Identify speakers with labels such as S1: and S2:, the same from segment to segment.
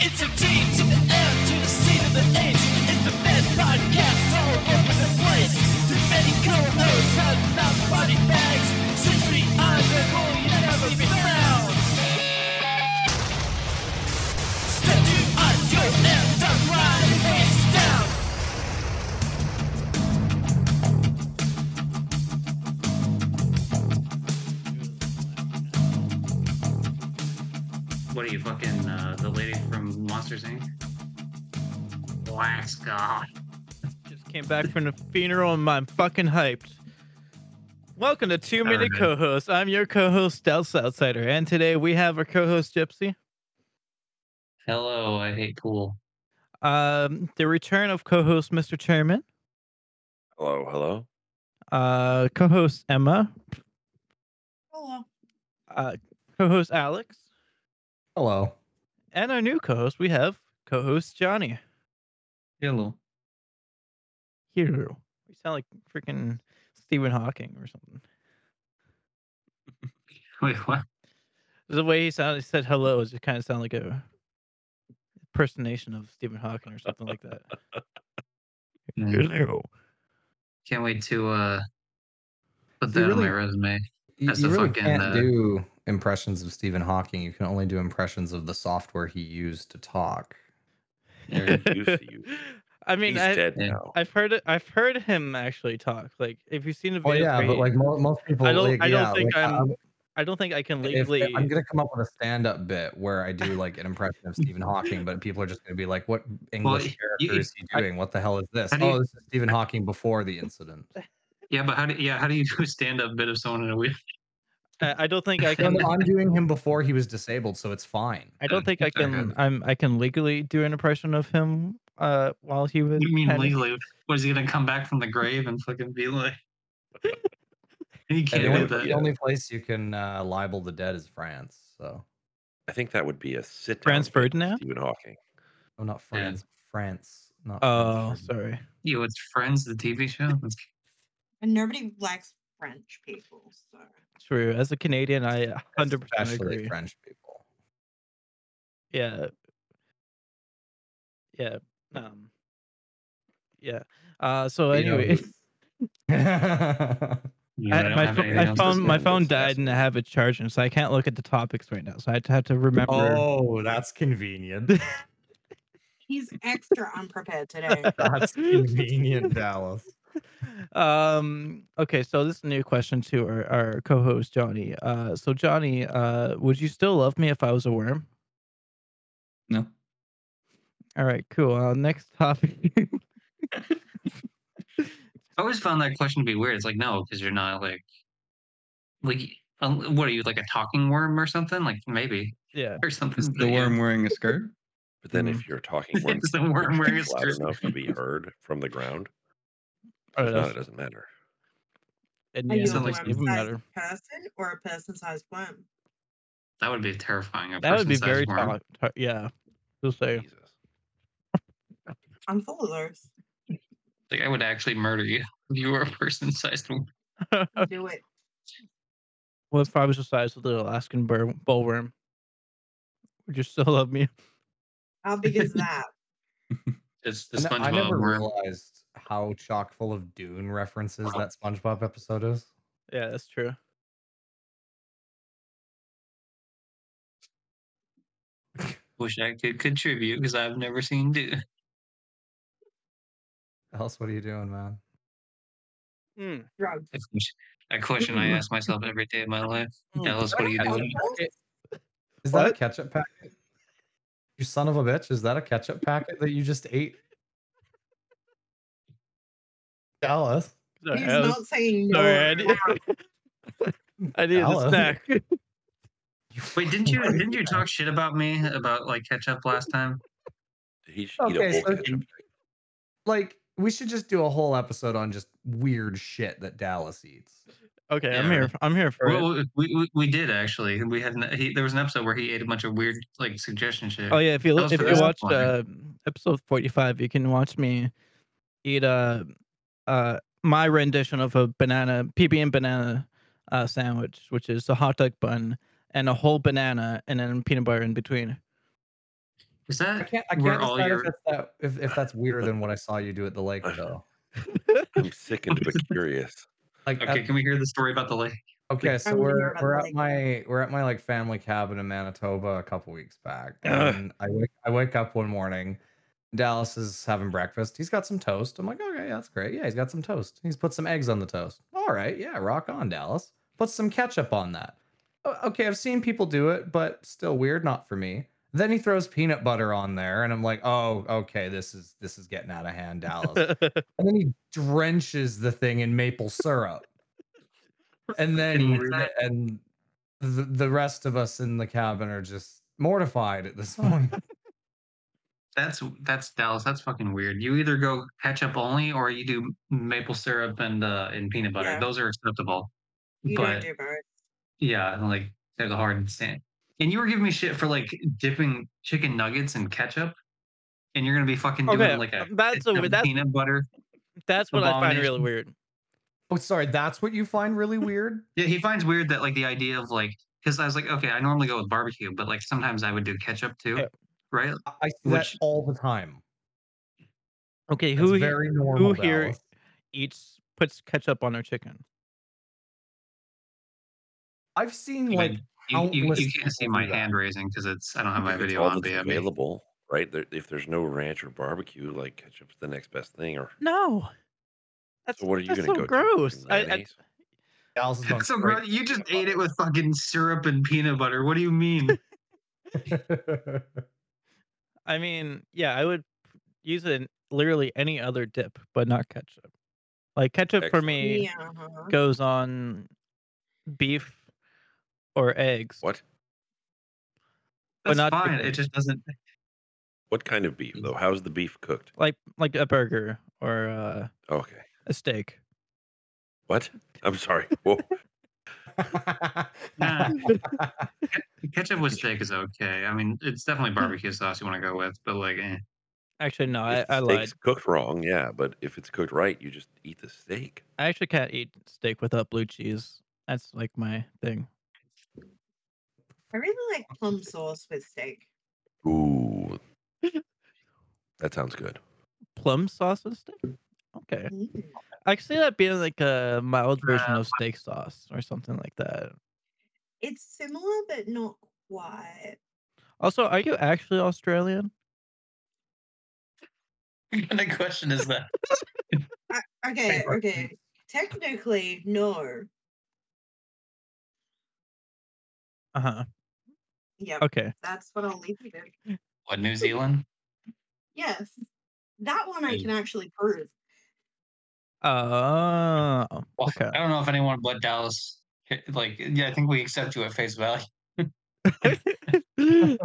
S1: It's your team to the end, to the scene of the age. It's the best podcast all over the place. Too many co-hosts have not body bags. Since we are the rule, you never be found. Step to on your end, don't run, face down.
S2: What are you fucking uh, the lady from Monsters Inc? Alaska.
S3: Just came back from the funeral and I'm fucking hyped. Welcome to Two
S2: Alright.
S3: Minute Co host. I'm your co host, Delta Outsider, and today we have our co host, Gypsy.
S2: Hello, I hate pool.
S3: Um, the return of co host, Mr. Chairman,
S4: Hello, hello.
S3: uh, co host, Emma. Hello. Uh, co host, Alex.
S5: Hello.
S3: And our new co host, we have co host, Johnny.
S2: Hello.
S3: Hero. We sound like freaking Stephen Hawking or something.
S2: Wait, what?
S3: The way he sounded, he said hello, it just kind of sounded like a impersonation of Stephen Hawking or something like that.
S2: Mm,
S3: Hello.
S2: Can't wait to uh put
S5: You
S2: that on my
S5: really-
S2: resume.
S5: You,
S2: That's
S5: you
S2: the
S5: really
S2: fucking,
S5: can't
S2: uh,
S5: do impressions of Stephen Hawking. You can only do impressions of the software he used to talk.
S2: There-
S3: I mean,
S4: He's
S3: I,
S4: dead
S2: yeah.
S4: now.
S3: I've heard it, I've heard him actually talk. Like, if you've seen a video,
S5: Oh yeah,
S3: where
S5: but
S3: he-
S5: like mo- most people,
S3: I don't-
S5: like,
S3: I don't
S5: yeah,
S3: think
S5: like,
S3: I'm
S5: I'm-
S3: I don't think I can
S5: if-
S3: legally.
S5: I'm gonna come up with a stand-up bit where I do like an impression of Stephen Hawking, but people are just gonna be like, "What English
S2: you-
S5: character
S2: you-
S5: is he
S2: I-
S5: doing? what the hell is this?
S2: How do you-
S5: Oh, this is Stephen Hawking before the incident."
S2: yeah, but how do yeah, how do you do a stand-up bit of someone in a wheel?
S3: I I don't think I
S5: No,
S3: can.
S5: no, I'm doing him before he was disabled, so it's fine.
S3: I don't think I can.
S2: Okay.
S3: I'm. I can legally do an impression of him. Uh, while he was.
S2: What do you mean
S3: kinda-
S2: legally? Was he gonna come back from the grave and fucking be like You
S5: And the,
S2: can't
S5: only,
S2: do that.
S5: the only place you can uh, libel the dead is France. So,
S4: I think that would be a sit down.
S3: Franz
S4: bit with
S3: Ferdinand?
S4: Stephen Hawking.
S5: oh, not
S2: Yeah.
S5: France, France. Not
S3: Oh,
S5: France, Ferdinand.
S3: sorry.
S2: Yo, it's Friends, the TV show. That's
S6: And nobody likes French people. So
S3: True. As a Canadian, I 100 percent
S5: Especially
S3: agree.
S5: French people.
S3: yeah yeah um yeah uh so
S2: You know,
S3: anyway
S2: Yeah,
S3: I,
S2: don't
S3: my,
S2: have
S3: pho-
S2: anything
S3: my
S2: else to
S3: phone my
S2: say.
S3: phone died and i have it charging so i can't look at the topics right now so i have to remember
S5: oh, that's convenient.
S6: he's extra unprepared today.
S5: That's convenient, Dallas.
S3: um okay so this is a new question to our, our co-host johnny uh so johnny uh would you still love me if i was a worm
S7: No.
S3: all right cool uh, next topic
S2: I always found that question to be weird. It's like no, because you're not like, like, um, what are you like a talking worm or something? Like maybe
S3: yeah
S2: or something.
S7: Is
S2: but
S7: the
S2: yeah.
S7: worm wearing a skirt?
S4: But then
S3: Mhm.
S4: if you're talking worm,
S2: Mm-hmm. It's the worm wearing a
S4: loud
S2: skirt.
S4: enough to be heard from the ground,
S3: Oh,
S4: if not,
S3: that's-
S4: it doesn't matter.
S3: and
S6: Are
S3: yeah,
S6: you
S3: it
S6: a
S2: sound
S3: doesn't
S2: like
S3: even
S6: worm sized
S3: matter.
S6: person or a person sized worm?
S2: That would be terrifying. A
S3: that would be very
S2: person-sized worm.
S3: talk- tar- yeah we'll say
S4: Jesus.
S6: I'm full of those.
S2: Like I would actually murder you if you were a person-sized worm.
S6: Do it.
S3: Well, if I was the size of the Alaskan bur- bullworm, would you still love me?
S6: How big is that?
S2: It's the
S5: I ne- I
S2: SpongeBob
S5: never
S2: worm.
S5: realized how chock full of Dune references that SpongeBob episode is.
S3: Yeah, that's true.
S2: Wish I could contribute because I've never seen do.
S5: Else, what are you doing, man?
S6: Drugs.
S2: That question- That question I ask myself every day of my life.
S3: Mm.
S2: Dallas, what are you doing?
S5: Is that a
S3: What?
S5: ketchup packet? You son of a bitch! Is that a ketchup packet that you just ate? Dallas.
S3: Sorry,
S6: He's
S3: I, was-
S6: not saying no.
S3: sorry, I
S6: out
S3: need,
S6: loud.
S3: I need a
S5: Dallas.
S3: snack.
S2: Wait, didn't you didn't you talk shit about me about like ketchup last time?
S4: He should eat a
S5: Okay,
S4: whole
S5: so
S4: ketchup.
S5: like we should just do a whole episode on just weird shit that Dallas eats.
S3: Okay, I'm
S2: Yeah.
S3: here. I'm here for it.
S2: Well, we, we we did actually. We had an, he, there was an episode where he ate a bunch of weird like suggestion shit.
S3: Oh yeah, if you
S2: that was
S3: look, if
S2: for
S3: you
S2: us.
S3: watch uh, episode forty-five, you can watch me eat uh, uh, my rendition of a banana PB and banana uh, sandwich, which is a hot dog bun and a whole banana and then peanut butter in between.
S2: Is
S5: I
S6: Uh,
S2: that
S5: can't. I
S2: where
S5: can't
S2: all
S5: decide
S2: your-
S5: if, that's that, if if that's weirder than what I saw you do at the lake though.
S4: I'm sickened but curious.
S5: Like at-
S2: okay? Can we hear the story about the lake?
S5: Okay, so
S6: I'm gonna hear
S5: we're
S6: about
S5: we're
S6: the
S5: at
S6: lake.
S5: my we're at my like family cabin in Manitoba a couple weeks back,
S4: Ugh.
S5: and I wake I wake up one morning. Dallas is having breakfast. He's got some toast. I'm like, okay, that's great. Yeah, he's got some toast. He's put some eggs on the toast. All right, yeah, rock on, Dallas. Put some ketchup on that. "O- Okay, I've seen people do it, but still weird, not for me. Then he throws peanut butter on there, and I'm like, oh, okay, this is this is getting out of hand, Dallas. And then he drenches the thing in maple syrup. And then
S2: Freaking
S5: he-
S2: weird.
S5: and the, the rest of us in the cabin are just mortified at this point.
S2: That's that's Dallas. That's fucking weird. You either go ketchup only, or you do maple syrup and uh, and peanut butter.
S6: Yeah.
S2: Those are acceptable.
S6: You
S2: but
S6: don't do both.
S2: yeah, like there's a hard stand. And you were giving me shit for like dipping chicken nuggets in ketchup, and you're gonna be fucking doing
S3: Okay, um,
S2: like a
S3: Oh, that's a-
S2: ketchup
S3: that's-
S2: peanut butter.
S3: That's what I find really
S2: Abomination.
S3: weird.
S5: oh, sorry, that's what you find really weird.
S2: Yeah, he finds weird that like the idea of like because I was like, okay, I normally go with barbecue, but like sometimes I would do ketchup too,
S3: Yeah.
S2: right?
S5: I I see that
S2: Which-
S5: all the time.
S3: Okay,
S5: It's
S3: who here
S5: very normal.
S3: here-
S5: Dallas.
S3: eats puts ketchup on their chicken?
S5: I've seen
S2: You
S5: like
S2: mean- You, you, you
S5: Countless
S2: can't see
S5: people
S2: my
S5: do that.
S2: hand raising because it's I don't have my
S4: If it's
S2: video
S4: all
S2: on. But
S4: that's
S2: yeah, I mean,
S4: available, right? There, if there's no ranch or barbecue, like ketchup's the next best thing. Or
S3: No. That's,
S4: so what are you
S3: that's
S4: going to
S3: so
S4: go? to?
S3: gross.
S4: Fucking
S3: I, I,
S4: mayonnaise?
S5: Dallas is going
S2: so
S5: straight
S2: gross.
S5: to
S2: You just
S5: peanut
S2: ate it with fucking syrup and peanut butter. What do you mean?
S5: butter.
S3: I mean, yeah, I would use it in literally any other dip, but not ketchup. Like ketchup for
S4: Excellent.
S3: me
S6: Yeah. uh-huh.
S3: goes on beef or eggs.
S4: what?
S2: That's
S3: But not
S2: fine.
S3: chicken.
S2: It just doesn't.
S4: What kind of beef though? How's the beef cooked?
S3: Like like a burger or uh,
S4: Okay.
S3: a steak.
S4: What? I'm sorry. Whoa.
S2: Nah. Ketchup with steak is okay. I mean, it's definitely barbecue sauce you want to go with, but like, eh.
S3: Actually, no, I,
S4: If the
S3: I lied.
S4: steak's cooked wrong, yeah, but if it's cooked right, you just eat the steak.
S3: I actually can't eat steak without blue cheese. That's like my thing.
S6: I really like plum sauce with steak.
S4: Ooh. that sounds good.
S3: Plum sauce with steak? Okay.
S6: Mm.
S3: I could see that being like a mild version of steak sauce or something like that.
S6: It's similar, but not quite.
S3: Also, are you actually Australian?
S2: what kind of question is that?
S6: Okay, okay. Technically, no.
S3: Uh huh.
S6: Yep,
S3: Okay.
S6: that's what I'll leave you with.
S2: What New Zealand?
S6: Yes, that one I
S2: Hey.
S6: can actually prove.
S3: Oh,
S2: Well,
S3: okay.
S2: I don't know if anyone but Dallas. eh, Like, yeah, I think we accept you at face value.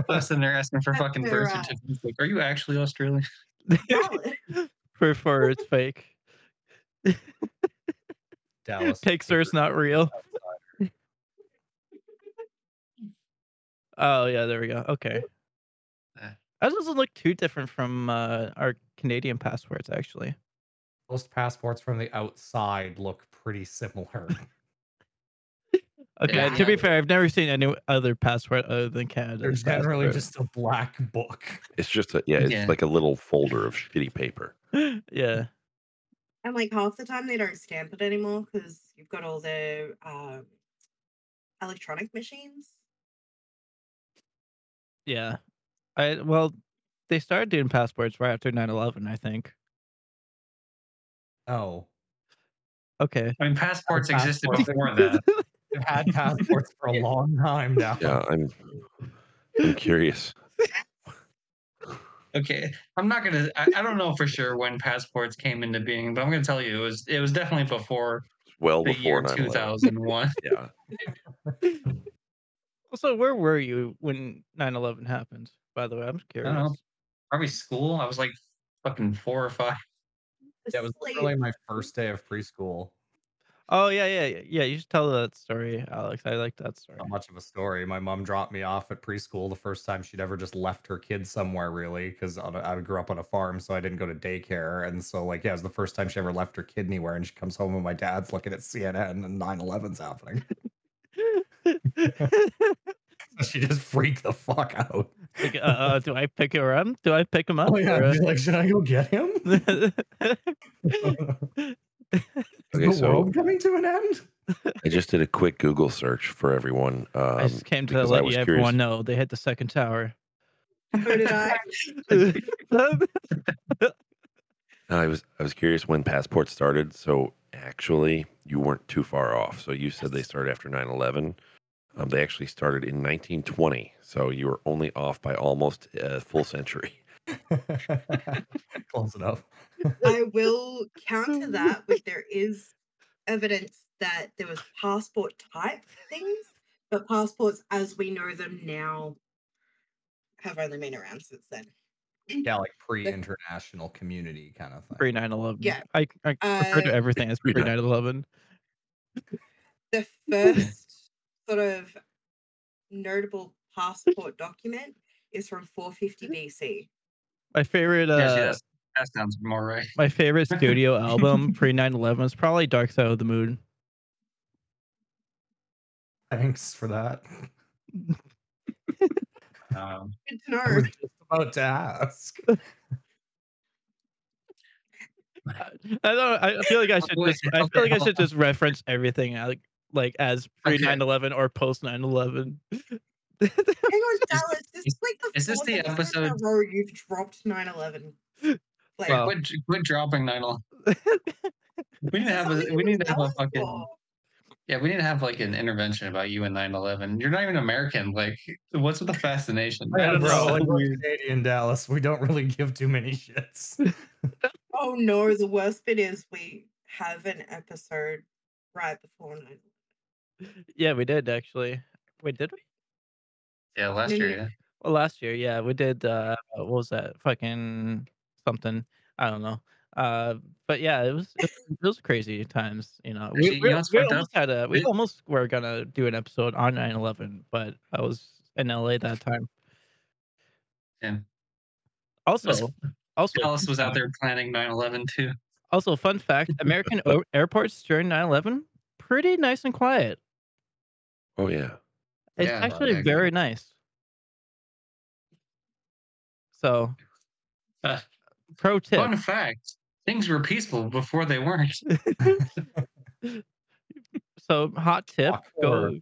S2: Less than they're asking for
S6: That's
S2: fucking
S6: their,
S2: birth
S6: uh,
S2: certificates. Like, are you actually Australian?
S6: Valid.
S3: for for it's fake.
S5: Dallas
S3: Pixar is not real. Oh yeah, there we go. Okay.
S2: Yeah.
S3: That doesn't look too different from uh, our Canadian passports, actually.
S5: Most passports from the outside look pretty similar.
S3: Okay.
S2: Yeah.
S3: To be fair, I've never seen any other passport other than Canada.
S5: They're generally just a black book.
S4: It's just a, yeah, it's
S2: Yeah.
S4: like a little folder of shitty paper.
S3: yeah.
S6: and like half the time they don't stamp it anymore because you've got all the um, electronic machines.
S3: Yeah. I well, they started doing passports right after 9/11, I think.
S5: Oh,
S3: Okay.
S2: I mean, passports existed
S5: passports.
S2: before that.
S5: they've had passports for a long time now.
S4: Yeah,
S3: Oh.
S4: I'm, I'm curious.
S2: Okay, I'm not gonna. I, I don't know for sure when passports came into being, but I'm gonna tell you it was. It was definitely before
S4: Well,
S2: the
S4: before
S2: year
S4: 9
S2: 2001.
S4: Yeah.
S3: Also, where were you when 9/11 happened? By the way, I'm curious.
S2: know. Probably school. I was like fucking four or five.
S5: That was
S6: Asleep.
S5: literally my first day of preschool.
S3: Oh yeah, yeah, yeah, yeah. You should tell that story, Alex. I like that story.
S5: Not
S4: Oh.
S5: much of a story. My mom dropped me off at preschool the first time she'd ever just left her kids somewhere, really, because I I grew up on a farm, so I didn't go to daycare. And so, like, yeah, it was the first time she ever left her kid anywhere. And she comes home and my dad's looking at CNN and 9 11's happening. So she just freaked the fuck out.
S3: Like, uh, uh, do I pick her up? Do I pick him up?
S5: oh yeah,
S3: or,
S5: I'd be like, should I go get him? Is
S3: uh,
S4: Okay,
S5: the
S4: so
S5: world coming to an end?
S4: I just did a quick Google search for everyone. Um,
S3: I just came to
S4: because I
S3: let
S4: was
S3: you
S4: curious.
S3: everyone know they hit the second tower.
S6: So did I.
S4: I was I was curious when Passport started. So actually, you weren't too far off. So you said they started after 9/11. Um, they actually started in 1920. So you were only off by almost a full century.
S5: Close enough.
S6: I will counter that with there is evidence that there was passport type things, but passports as we know them now have only been around since then.
S5: Yeah, like pre-international community kind of thing.
S3: Pre 9 11.
S6: Yeah.
S3: I, I refer to
S6: Uh,
S3: everything as pre 9
S4: pre-9.
S3: 11.
S6: The first sort of notable passport document is from 450
S2: Mm-hmm.
S6: BC.
S3: My favorite. Uh,
S2: yeah, see, that's, that sounds more right.
S3: My favorite studio album pre 9 11 is probably Dark Side of the Moon.
S5: Thanks for that.
S2: Um,
S6: Good to
S5: I
S6: know.
S5: was just about to ask.
S3: I, I don't. I feel like I should.
S2: wait,
S3: Just, I
S2: Oh, okay,
S3: feel like I
S2: hold
S3: should just reference everything like like as pre
S2: Okay.
S3: 9 11 or post 9 11.
S6: Hang on, Dallas. This
S2: is-
S6: is like the
S2: is this
S6: fourth
S2: the
S6: episode in a
S2: episode-
S6: row you've dropped 9/11. Like,
S2: yeah, quit, quit dropping nine on. We need to
S6: that's
S2: have a
S6: something
S2: we
S6: you
S2: need to have a
S6: tell us
S2: fucking
S6: for.
S2: yeah we need to have like an intervention about you and 9/11. You're not even American. Like, what's with the fascination?
S5: Yeah,
S3: don't
S5: bro,
S3: know.
S5: like we're Canadian Dallas. We don't really give too many shits.
S6: Oh no, the worst bit is we have an episode right before 9
S3: Yeah, we did actually. Wait, did we?
S2: Yeah, last
S6: No, no,
S2: year.
S6: no.
S2: yeah.
S3: Well, last year, yeah, we did. Uh, what was that? Fucking something. I don't know. Uh, but yeah, it was it, was- it was crazy times. You know,
S2: Actually,
S3: we,
S2: you
S3: we,
S2: know what's
S3: we
S2: fucked up?
S3: almost had a we
S2: We-
S3: almost were gonna do an episode on 9/11, but I was in LA that time.
S2: Yeah.
S3: Also,
S2: Was-
S3: also,
S2: Dallas was out there planning 9/11 too.
S3: also, fun fact: American o- airports during 9/11 pretty nice and quiet.
S4: Oh yeah,
S3: It's
S2: Yeah, I
S3: actually
S2: agree.
S3: very nice. So,
S2: Uh,
S3: pro tip.
S2: Fun fact: things were peaceful before they weren't.
S3: so hot tip
S5: Fuck,
S3: go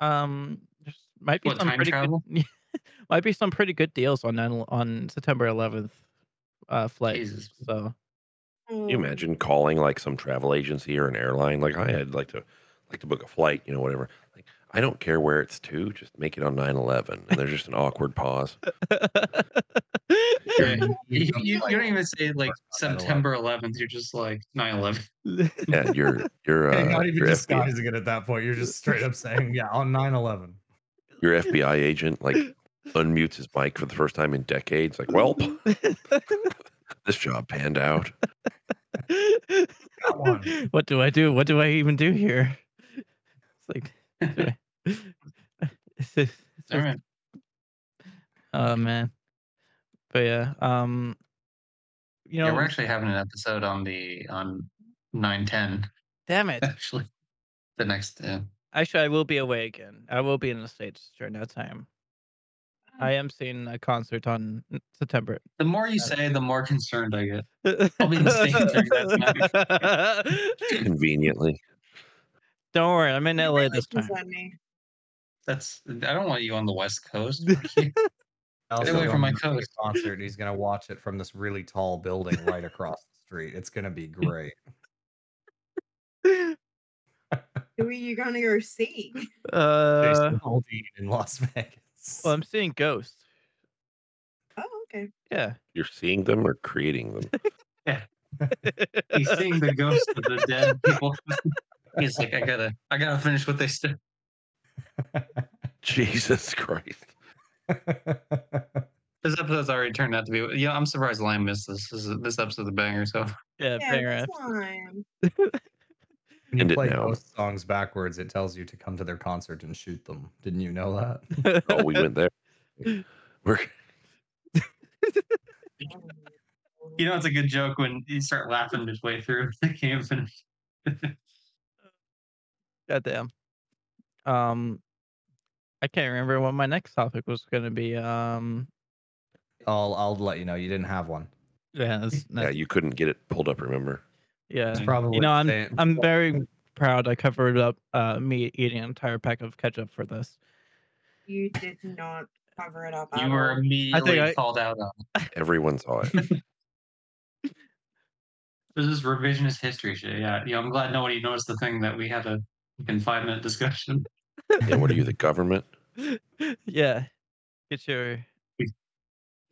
S3: um there's- might be
S2: What,
S3: some
S2: time
S3: pretty
S2: travel?
S3: good, might be some pretty good deals on 9 el- on September 11th uh flight
S2: Jesus.
S3: so
S4: Can you imagine calling like some travel agency or an airline like hi, I'd like to like to book a flight. You know, whatever. Like I don't care where it's to, just make it on 9/11. And there's just an awkward pause.
S2: Yeah. You, you-
S5: like,
S2: you don't even say like
S5: not 9/11.
S2: September 11th. You're just like 9/11.
S4: Yeah, you're you're
S5: okay,
S4: uh,
S5: not even
S4: your FBI
S5: disguising it at that point. You're just straight up saying, yeah, on 9-11.
S4: your FBI agent like unmutes his mic for the first time in decades. Like, well, this job panned out.
S5: Come on.
S3: what do I do? What do I even do here? It's like, do I- it's just- it's
S2: All
S3: just-
S2: right.
S3: oh man, but yeah, um, you know,
S2: yeah, we're actually having an episode on the on 9/10
S3: damn it.
S2: actually. The next uh,
S3: Actually, I will be away again. I will be in the states during that time. I am seeing a concert on n- September.
S2: the more you say, the more concerned I get. I'll be in the States during that
S4: Conveniently,
S3: Don't worry, I'm in LA this time.
S2: That's I don't want you on the West Coast.
S5: Dallas
S2: away
S5: is
S2: from my
S5: going to a
S2: coast.
S5: Concert. He's gonna watch it from this really tall building right across the street. It's gonna be great.
S6: Who are you gonna go see?
S3: Uh,
S5: Jason Aldean in Las Vegas.
S3: well, I'm seeing Ghost.
S6: Oh, okay.
S3: Yeah.
S4: you're seeing them or creating them.
S2: He's seeing the ghosts of the dead people. He's like, I gotta, I gotta finish what they said.
S4: Jesus Christ.
S2: This episode's already turned out to be. Yeah, I'm surprised Lime missed this. This, is, this episode's a banger. So
S3: Yeah,
S6: Yeah,
S3: banger
S6: that's
S3: abs-
S6: fine.
S4: End
S5: when you
S4: it
S5: play
S4: now.
S5: ghost songs backwards, it tells you to come to their concert and shoot them. Didn't you know that?
S4: Oh, we went there. We're
S6: Oh,
S2: you know it's a good joke when you start laughing midway through. I can't finish.
S3: Goddamn. Um, I can't remember what my next topic was going to be. Um,
S5: I'll I'll let you know. You didn't have one.
S3: yeah, that's,
S4: Yeah,
S3: that's-
S4: you couldn't get it pulled up. Remember?
S3: yeah.
S5: It's probably
S3: You know, I'm
S5: saying-
S3: I'm very proud. I covered up uh, me eating an entire pack of ketchup for this.
S6: You did not cover it up.
S2: You
S6: at
S2: were
S6: all.
S2: immediately
S3: I-
S2: called out on.
S4: Everyone saw it.
S2: This is revisionist history shit. Yeah, yeah. I'm glad nobody noticed the thing that we had a fucking five minute discussion.
S4: yeah, what are you, the government?
S3: yeah, get your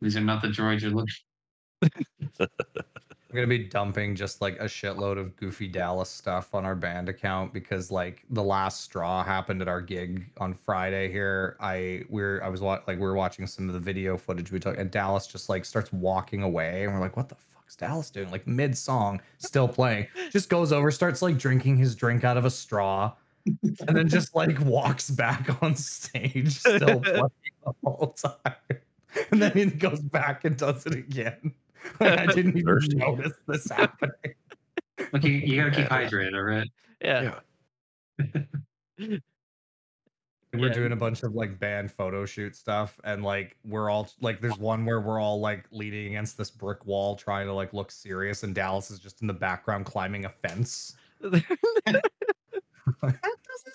S2: These are not the droids you're looking.
S5: I'm gonna be dumping just like a shitload of goofy Dallas stuff on our band account because like the last straw happened at our gig on Friday here. I we're I was wa- like we were watching some of the video footage we took and Dallas just like starts walking away and we're like, what the fuck's Dallas doing? Like mid song, still playing, just goes over, starts like drinking his drink out of a straw, and then just like walks back on stage, still playing the whole time. And then he goes back and does it again. Like, I didn't even
S4: Thirsty.
S5: notice this happening.
S2: Look, you, you gotta keep hydrated, all right?
S3: yeah.
S4: Yeah.
S5: We're
S3: Yeah.
S5: doing a bunch of like band photo shoot stuff, and like we're all like, there's one where we're all like leaning against this brick wall, trying to like look serious, and Dallas is just in the background climbing a fence.
S6: That doesn't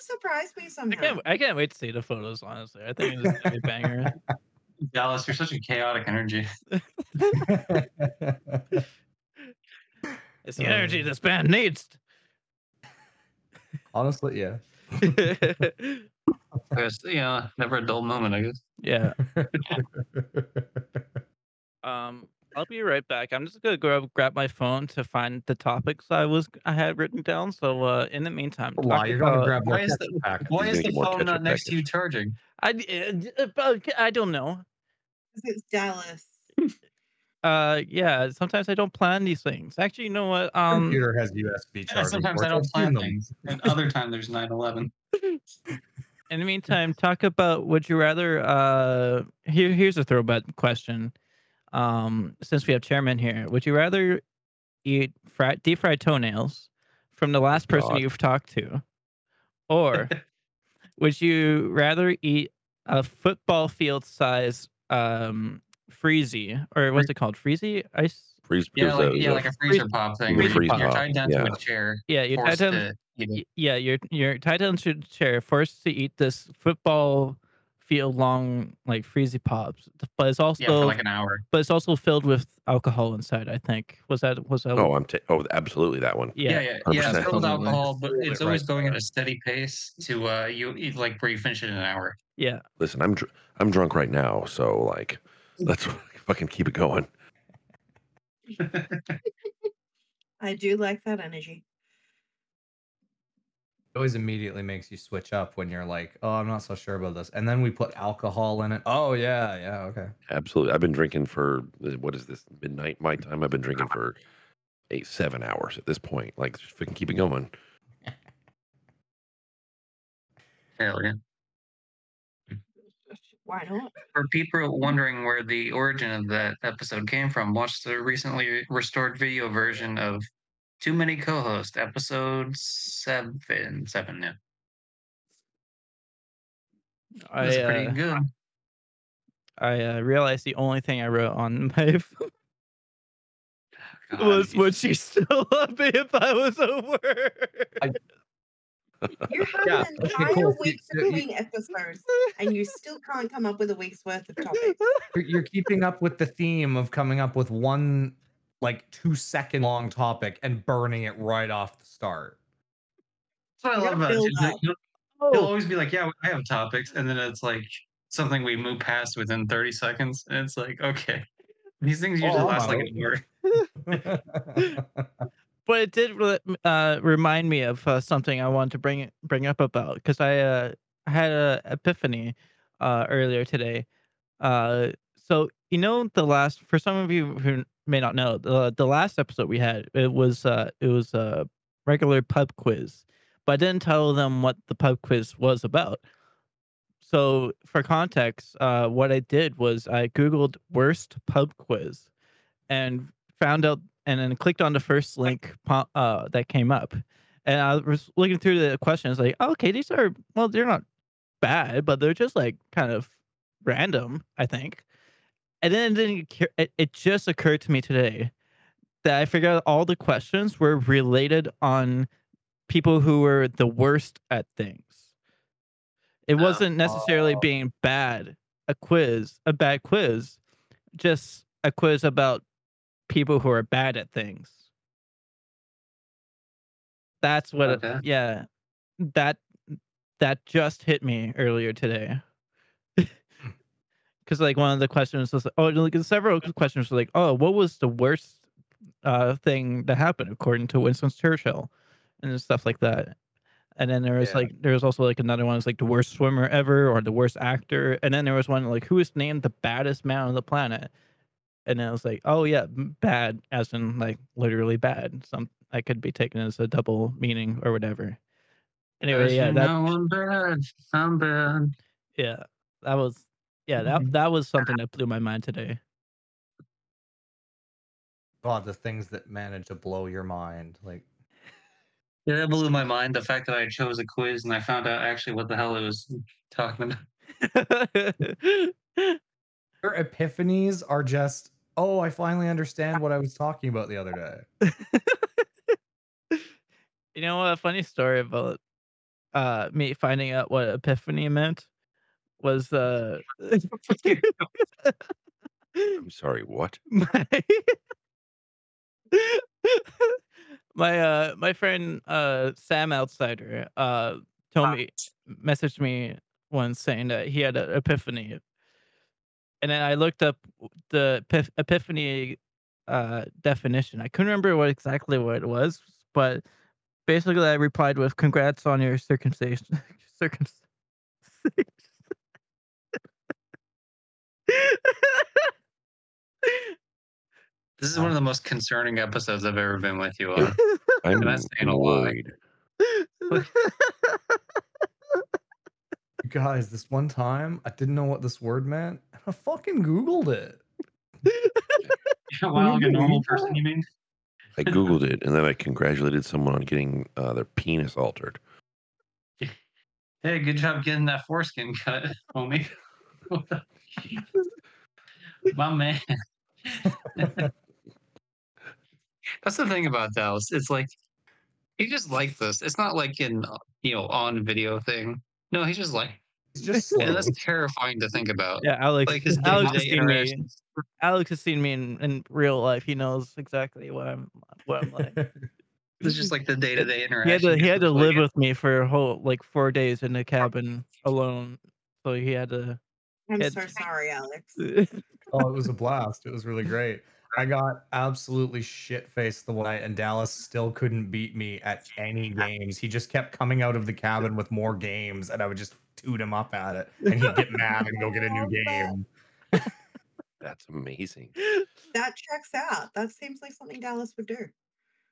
S6: surprise me
S3: I
S6: somehow.
S3: can't. I can't wait to see the photos. Honestly, I think it's gonna be a banger.
S2: Dallas, you're such a chaotic energy.
S3: It's the energy this band needs.
S5: Honestly, yeah.
S2: There's, yeah, never a dull moment, I guess.
S3: yeah. Um, I'll be right back. I'm just gonna go grab my phone to find the topics I was I had written down. So uh, in the meantime, talk
S5: Why you're gonna
S3: about-
S5: grab
S2: Why
S5: my
S2: is the,
S5: pack?
S2: why
S4: You
S2: is
S4: need
S2: the
S4: more
S2: phone
S4: ketchup
S2: not next to you
S4: packets.
S2: charging?
S3: I uh, uh, I don't know.
S6: 'Cause It's Dallas.
S3: Uh, yeah. Sometimes I don't plan these things. Actually, you know what? Um,
S5: computer has USB
S2: Yeah,
S5: charging.
S2: sometimes
S5: ports.
S2: I don't
S5: I've
S2: plan
S5: seen them.
S2: things. And other time there's 9 11.
S3: in the meantime, talk about would you rather uh here here's a throwback question. Um since we have chairman here, would you rather eat fried deep fried toenails from the last person
S4: God.
S3: you've talked to? Or would you rather eat a football field size um freezy or what's it called? Freezy? Ice
S4: Freeze
S2: Yeah, like,
S4: Pizzazz.
S2: yeah, like a freezer pop thing. where
S3: freezer
S2: you- You're
S4: pop,
S2: tied down to
S4: yeah.
S2: a chair.
S3: yeah, you tied
S2: forced
S3: down
S2: to eat it.
S3: y- yeah, you're you're tied down to the chair, forced to eat this football field long like freezy pops, but it's also
S2: Yeah, for like an hour.
S3: but it's also filled with alcohol inside. I think was that was that
S4: Oh, I'm ta- oh, absolutely that one.
S2: Yeah,
S3: yeah
S2: yeah, yeah. it's filled
S4: 100%.
S2: with
S7: Totally.
S2: alcohol, but
S5: Filled
S2: it's
S5: it
S2: always
S5: right
S2: going at
S5: there.
S2: a steady pace to uh, you eat like where you finish it in an hour.
S3: yeah
S4: Listen, I'm dr- I'm drunk right now, so like, let's fucking keep it going.
S6: I do like that energy.
S5: It always immediately makes you switch up when you're like, oh, I'm not so sure about this. And then we put alcohol in it. Oh, yeah, yeah, okay.
S4: Absolutely, I've been drinking for what is this midnight my time? I've been drinking for eight seven hours at this point. Like, just fucking keep it going.
S2: Hell yeah.
S6: Why not?
S2: For people wondering where the origin of that episode came from, watch the recently restored video version of Too Many Co-host, episode seven. Seven, yeah. That's
S3: I
S2: pretty
S3: uh,
S2: good.
S3: I uh, realized the only thing I wrote on my phone
S2: God,
S3: was
S2: Uh, you-
S3: would she still love me if I was over?
S5: I-
S6: You have
S5: Yeah,
S6: an
S5: okay,
S6: entire
S5: cool. You-
S6: week of
S5: you- you-
S6: doing episodes, and you still can't come up with a week's worth of topics.
S5: You're, you're keeping up with the theme of coming up with one, like, two second long topic and burning it right off the start.
S2: That's what I
S6: You
S2: love about it.
S6: gotta build
S2: Too. is that
S6: up.
S2: He'll, he'll always be like, "Yeah, I have topics," and then it's like something we move past within thirty seconds, and it's like, "Okay, these things usually
S5: Oh,
S2: last like an
S5: wow.
S2: hour."
S3: but it did re- uh, remind me of uh, something I wanted to bring bring up about because I uh, had a epiphany uh, earlier today. Uh, so you know the last for some of you who may not know the the last episode we had it was uh, it was a regular pub quiz, but I didn't tell them what the pub quiz was about. So for context, uh, what I did was I googled worst pub quiz, and found out and then clicked on the first link po- uh, that came up and i was looking through the questions like oh, okay these are well they're not bad, but they're just like kind of random, I think. And then it didn't occur- it, it just occurred to me today that I figured out all the questions were related on people who were the worst at things. It
S2: Oh.
S3: wasn't necessarily being bad, a quiz, a bad quiz, just a quiz about people who are bad at things. That's what
S2: Okay.
S3: yeah. That that just hit me earlier today.
S2: Hmm.
S3: Cause like one of the questions was oh like several questions were like, oh, what was the worst uh thing that happened according to Winston Churchill and stuff like that. And then there was
S5: Yeah.
S3: like there was also like another one was like the worst swimmer ever or the worst actor. And then there was one like who is named the baddest man on the planet. And I was like, oh yeah, m- bad as in like literally bad. Some that could be taken as a double meaning or whatever. Anyway, yeah, that
S2: no, I'm bad. I'm bad.
S3: yeah, that was yeah that that was something that blew my mind today.
S5: God, the things that manage to blow your mind. Like,
S2: Yeah, that blew my mind. The fact that I chose a quiz and I found out actually what the hell it was talking about.
S5: your epiphanies are just, oh, I finally understand what I was talking about the other day.
S3: You know what? A funny story about uh me finding out what epiphany meant was uh
S4: I'm sorry, what?
S3: my my uh my friend uh Sam Outsider uh told me messaged me once saying that he had an epiphany. And then I looked up the epiph- epiphany uh definition. I couldn't remember what exactly what it was, but basically I replied with congrats on your circumcision circumcision.
S2: This is one of the most concerning episodes I've ever been with you on.
S4: I'm
S2: that's saying a lot.
S4: worried.
S5: You guys, this one time, I didn't know what this word meant. and I fucking Googled it.
S2: wow, like a
S5: you
S2: normal
S5: believe
S2: person,
S5: that?
S2: you mean?
S4: I googled it, and then I congratulated someone on getting uh, their penis altered.
S2: Hey, good job getting that foreskin cut, homie. My man. That's the thing about Dallas. It's like he's just like this. It's not like an you know on video thing. No, he's just like
S5: It's just
S2: and
S5: slow.
S2: that's terrifying to think about.
S3: yeah, Alex.
S2: Like his
S3: Alex has
S2: day-to-day
S3: seen me.
S2: interactions.
S3: Alex has seen me in, in real life. He knows exactly what I'm what I'm like.
S2: It's just like the day to day
S3: he had
S2: interaction.
S3: to he had to
S2: It's like
S3: live with me for a whole like four days in a cabin alone. So he had to.
S6: I'm
S3: Yeah.
S6: so sorry, Alex.
S5: oh, it was a blast. It was really great. I got absolutely shit faced the one night, and Dallas still couldn't beat me at any games. He just kept coming out of the cabin with more games, and I would just toot him up at it, and he'd get mad and go get a new game.
S4: That's amazing.
S6: That checks out. That seems like something Dallas would do.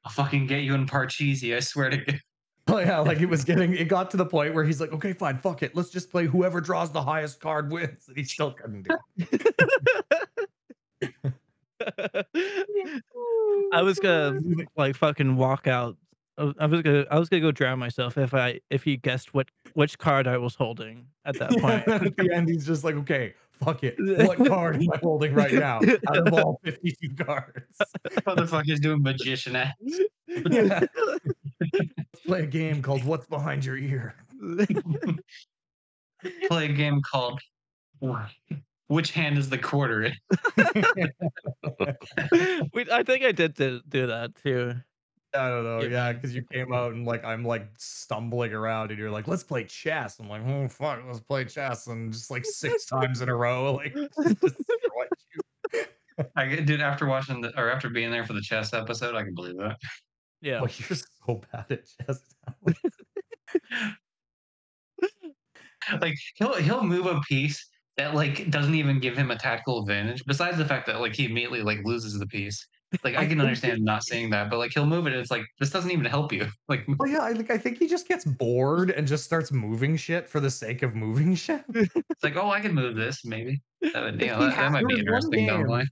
S2: I'll fucking get you in Parcheesi, I swear to God.
S5: Oh yeah, like it was getting. It got to the point where he's like, "Okay, fine, fuck it, let's just play. Whoever draws the highest card wins." And he still couldn't do. it.
S3: I was gonna like fucking walk out. I was- I was gonna I was gonna go drown myself if I if he guessed what which card I was holding at that
S5: Yeah,
S3: point.
S5: and at the end, he's just like, "Okay, fuck it. What card am I holding right now out of all fifty-two cards?"
S2: Motherfucker's doing magician act.
S5: Yeah. play a game called What's Behind Your Ear.
S2: Play a game called Which Hand is the Quarter? in?"
S3: Wait, I think I did do, do that too.
S5: I don't know.
S3: Yeah.
S5: Yeah, because you came out and like I'm like stumbling around and you're like, let's play chess. I'm like, oh fuck, let's play chess. And just like six times in a row, like just destroyed you.
S2: I get- dude, after watching the, or after being there for the chess episode, I can believe that.
S3: Yeah.
S5: Like you're so bad at chess now.
S2: Like he'll he'll move a piece that like doesn't even give him a tactical advantage. Besides the fact that like he immediately like loses the piece. Like I can understand not saying that, but like he'll move it. And it's like this doesn't even help you. Like
S5: Well, yeah, I, like I think he just gets bored and just starts moving shit for the sake of moving shit.
S2: it's like oh I can move this maybe. That, would, you know, that,
S5: He
S2: that
S5: had-
S2: might
S5: there
S2: be
S5: was one
S2: interesting down the
S5: game-
S2: line.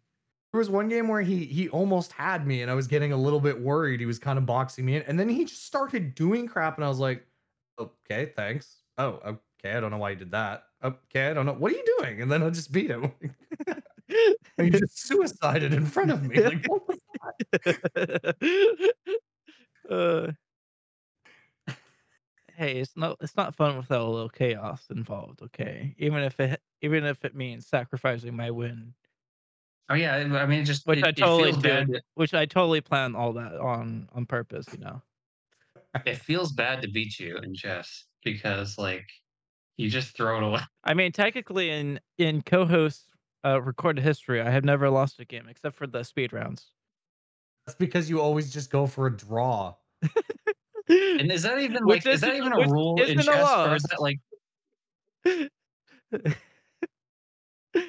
S5: There was one game where he he almost had me, and I was getting a little bit worried. He was kind of boxing me in, and then he just started doing crap, and I was like, "Okay, thanks. Oh, okay, I don't know why you did that. Okay, I don't know. What are you doing? And then I just beat him. and he just suicided in front of me. Like, what was-
S3: uh, hey, it's not it's not fun without a little chaos involved. Okay, even if it even if it means sacrificing my win,
S2: Oh yeah, I I mean, it just
S3: Which
S2: it,
S3: I
S2: it
S3: totally
S2: feels bad. to-
S3: which I totally plan all that on on purpose. You know.
S2: It feels bad to beat you in chess because like you just throw it away.
S3: I mean, technically, in in co-host uh, recorded history, I have never lost a game except for the speed rounds.
S5: That's because you always just go for a draw.
S2: And is that even
S3: Which
S2: like is that
S3: isn't-
S2: even
S3: which
S2: a rule in
S3: isn't a
S2: chess, or is
S3: loss.
S2: that like
S5: Like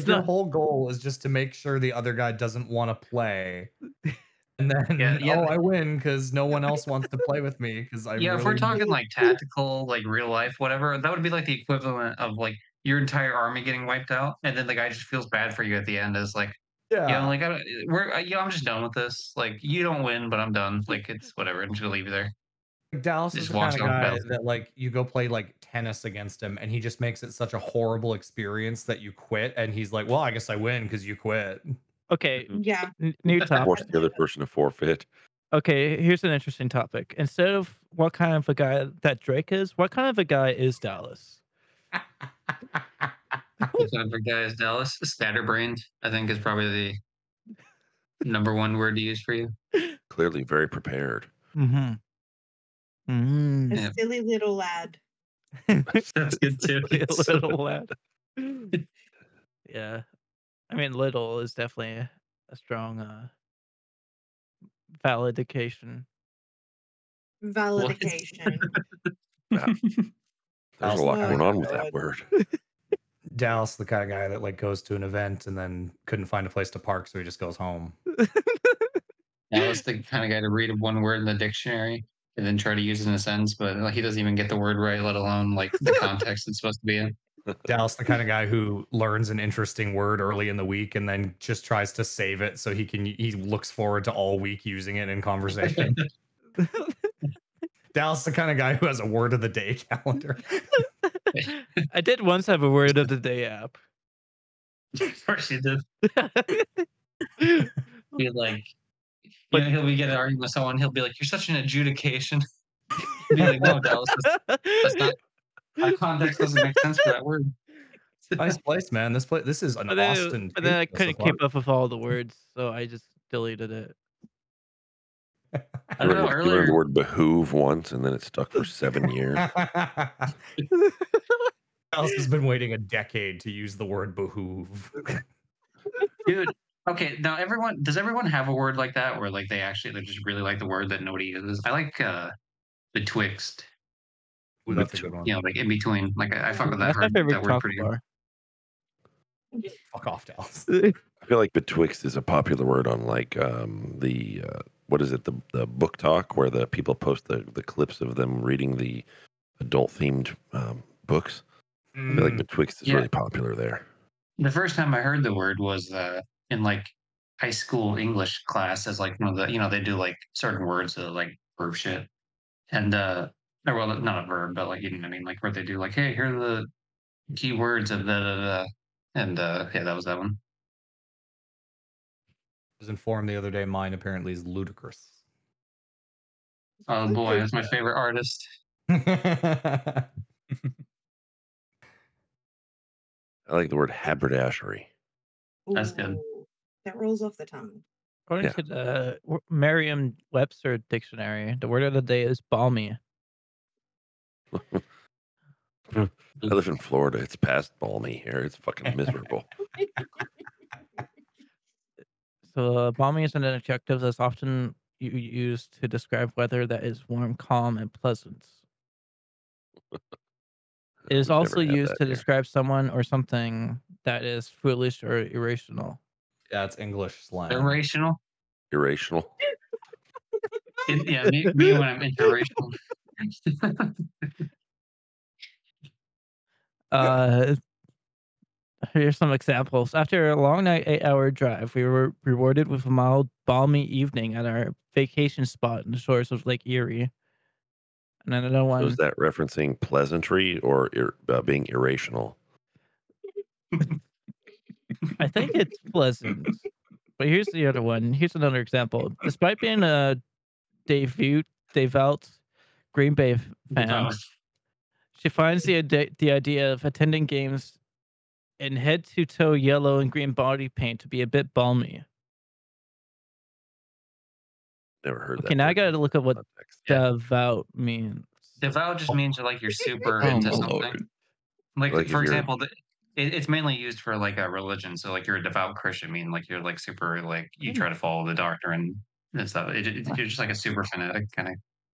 S3: It's
S5: your
S3: not-
S5: whole goal is just to make sure the other guy doesn't want to play. And then,
S2: Yeah, yeah.
S5: oh, I win because no one else wants to play with me because I
S2: yeah? If we're
S5: really-
S2: talking like tactical, like real life, whatever, that would be like the equivalent of like your entire army getting wiped out, and then the guy just feels bad for you at the end. Is like,
S5: yeah.
S2: yeah, like I, don't- we're, I, yeah, I'm just done with this. Like you don't win, but I'm done. Like it's whatever. I'm just gonna leave you there.
S5: Like, Dallas
S2: Just
S5: is the kind
S2: walks
S5: of
S2: down the
S5: guy
S2: field.
S5: that like you go play like tennis against him, and he just makes it such a horrible experience that you quit, and he's like, "Well, I guess I win because you quit."
S3: okay,
S6: Yeah.
S3: n- new topic.
S4: Force the other person to forfeit.
S3: Okay, here's an interesting topic. Instead of what kind of a guy that Drake is, what kind of a guy is Dallas?
S2: What kind of guy is Dallas? Scatterbrained, I think, is probably the number one word to use for you.
S4: Clearly very prepared.
S3: Mm-hmm.
S6: A
S3: Mm.
S2: Yeah.
S6: silly little lad.
S2: That's good too.
S3: Be a little lad. yeah, I mean, little is definitely a strong uh, validation.
S6: Validation.
S4: There's a lot
S6: Oh,
S4: going on with
S6: God.
S4: that word.
S5: Dallas, is the kind of guy that like goes to an event and then couldn't find a place to park, so he just goes home.
S2: Dallas, the kind of guy to read one word in the dictionary and then try to use it in a sentence, but like, he doesn't even get the word right, let alone like the context it's supposed to be in.
S5: Dallas, the kind of guy who learns an interesting word early in the week and then just tries to save it so he can he looks forward to all week using it in conversation. Dallas, the kind of guy who has a word of the day calendar.
S3: I did once have a word of the day app.
S2: of course, he did. Be like, you know, he'll be getting an argument with someone. He'll be like, "You're such an adjudication." be like, "No, Dallas, that's, that's not. Our context doesn't make sense for that word."
S5: nice place, man. This place, this is an
S3: but then, it-
S5: Austin.
S3: but then I
S5: treat. This is
S3: couldn't
S5: what-
S3: keep up with all the words, so I just deleted it.
S2: I
S4: You
S2: don't know.
S4: learned, the- you learned
S2: Earlier,
S4: the word behoove once and then it stuck for seven years.
S5: Dallas has been waiting a decade to use the word behoove.
S2: dude. Okay, now everyone does everyone have a word like that where like they actually they just really like the word that nobody uses? I like uh betwixt.
S5: Ooh, that's a good
S2: Betw-
S5: one.
S2: You know, like in between. Like I, I fuck with that.
S3: Mm,
S2: hard-
S3: That's my favorite
S2: that word
S3: chocolate
S2: pretty.
S3: bar.
S5: Fuck off, Dallas.
S4: I feel like betwixt is a popular word on like um, the uh, what is it the the book talk where the people post the the clips of them reading the adult themed um, books. I feel like
S5: Mm,
S4: betwixt is
S2: Yeah.
S4: really popular there.
S2: the first time I heard the word was uh, in like high school English class as like one of the you know they do like certain words that are like verb shit and uh or well not a verb but like you know what I mean like where they do like hey here are the key words of da da da and uh yeah that was that one
S5: was informed the other day mine apparently is ludicrous.
S2: oh
S6: Okay.
S2: boy that's my favorite artist
S5: Haberdash
S4: I like the word haberdashery.
S2: That's good.
S6: Ooh, That rolls off the tongue.
S3: According
S4: Yeah.
S3: to the uh, w- Merriam-Webster dictionary, the word of the day is balmy.
S4: I live in Florida. It's past balmy here. It's fucking miserable.
S3: So uh, balmy is an adjective that's often u- used to describe weather that is warm, calm, and pleasant. It is
S4: We've never
S3: also
S4: had
S3: used
S4: that
S3: to
S4: here.
S3: describe someone or something that is foolish or irrational.
S5: That's English slang.
S2: irrational
S4: irrational.
S2: It- yeah me, me when I'm interracial
S3: Uh, here's some examples. After a long night, eight-hour drive, we were rewarded with a mild, balmy evening at our vacation spot on the shores of Lake Erie. and another
S4: So
S3: one
S4: is that referencing pleasantry or ir- uh, being irrational?
S3: I think it's pleasant. But here's the other one. Here's another example. Despite being a debut, devout Green Bay f- fan,
S2: Oh,
S3: she finds the ide- the idea of attending games in head to toe yellow and green body paint to be a bit balmy.
S4: Never heard that.
S3: Okay, now I
S4: word
S3: gotta look up
S4: in
S3: what
S4: context.
S3: devout means.
S2: devout just means you're like you're super
S7: Oh, my
S2: into something.
S7: lord.
S2: Like,
S4: Like, if
S2: for
S4: you're-
S2: example, the, it, it's mainly used for like a religion. So like you're a devout Christian, I mean like you're like super like you try to follow the doctrine and stuff. It, it- you're just like a super fanatic kind of.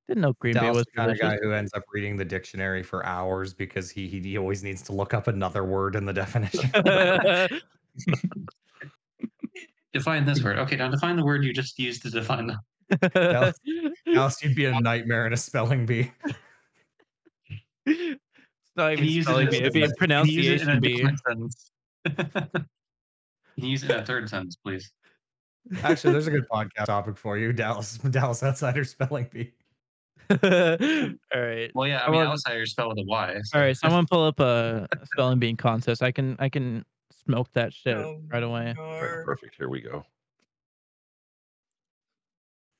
S3: Didn't know Green
S5: Dallas
S3: Bay was
S5: the kind of guy
S3: religious.
S5: who ends up reading the dictionary for hours because he, he he always needs to look up another word in the definition.
S2: Define this word. Okay, now define the word you just used to define the.
S5: Else you'd be a nightmare in a spelling bee.
S3: it's not
S2: Can you
S3: even
S2: use it
S3: spelling
S2: as
S3: bee.
S2: a-
S3: It'd be
S2: can
S3: a
S2: you use it in a
S3: pronunciation bee.
S2: different sentence? Can you use it in a third sentence, please?
S5: Actually, there's a good podcast topic for you, Dallas Dallas Outsider Spelling Bee.
S3: All right.
S2: Well, yeah, I mean,
S3: Well- uh,
S2: outsider spell with a Y. so-
S3: All right, someone pull up a a spelling bean contest. I can I can smoke that shit
S6: Um,
S3: right away.
S4: All
S5: uh,
S4: right,
S6: Or
S4: perfect. Here we go.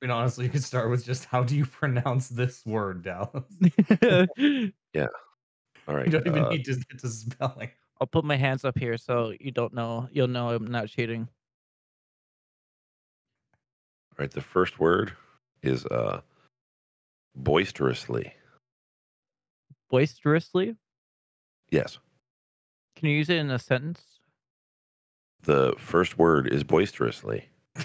S5: I mean, honestly, you could start with just how do you pronounce this word, Dallas?
S4: All right.
S5: You don't even
S4: uh,
S5: need to get to spelling.
S3: I'll put my hands up here so you don't know. You'll know I'm not cheating.
S4: all right. The first word is uh, boisterously.
S3: Boisterously?
S4: Yes.
S3: Can you use it in a sentence?
S4: The first word is boisterously.
S3: uh.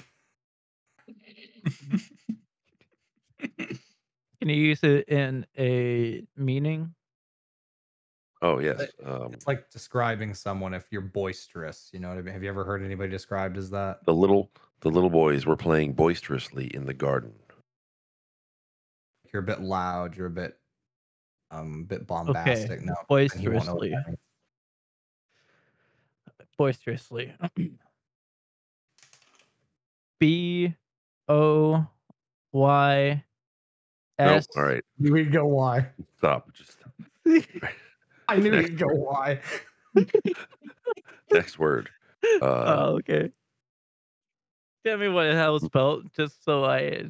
S3: Can you use it in a meaning?
S4: Oh yes. Um,
S5: It's like describing someone if you're boisterous. You know what I mean? Have you ever heard anybody described as that?
S4: the little the little boys were playing boisterously in the garden.
S5: You're a bit loud. You're a bit, um, bit bombastic. No, and he won't know what
S3: boisterously.
S5: that means.
S3: Boisterously. B O Y
S4: No.
S3: S.
S4: All right.
S5: Knew he'd go why.
S4: Stop. Just
S5: I knew he'd go why.
S4: next word. Uh,
S3: oh, okay. Tell me what the hell it's spelled, just so I,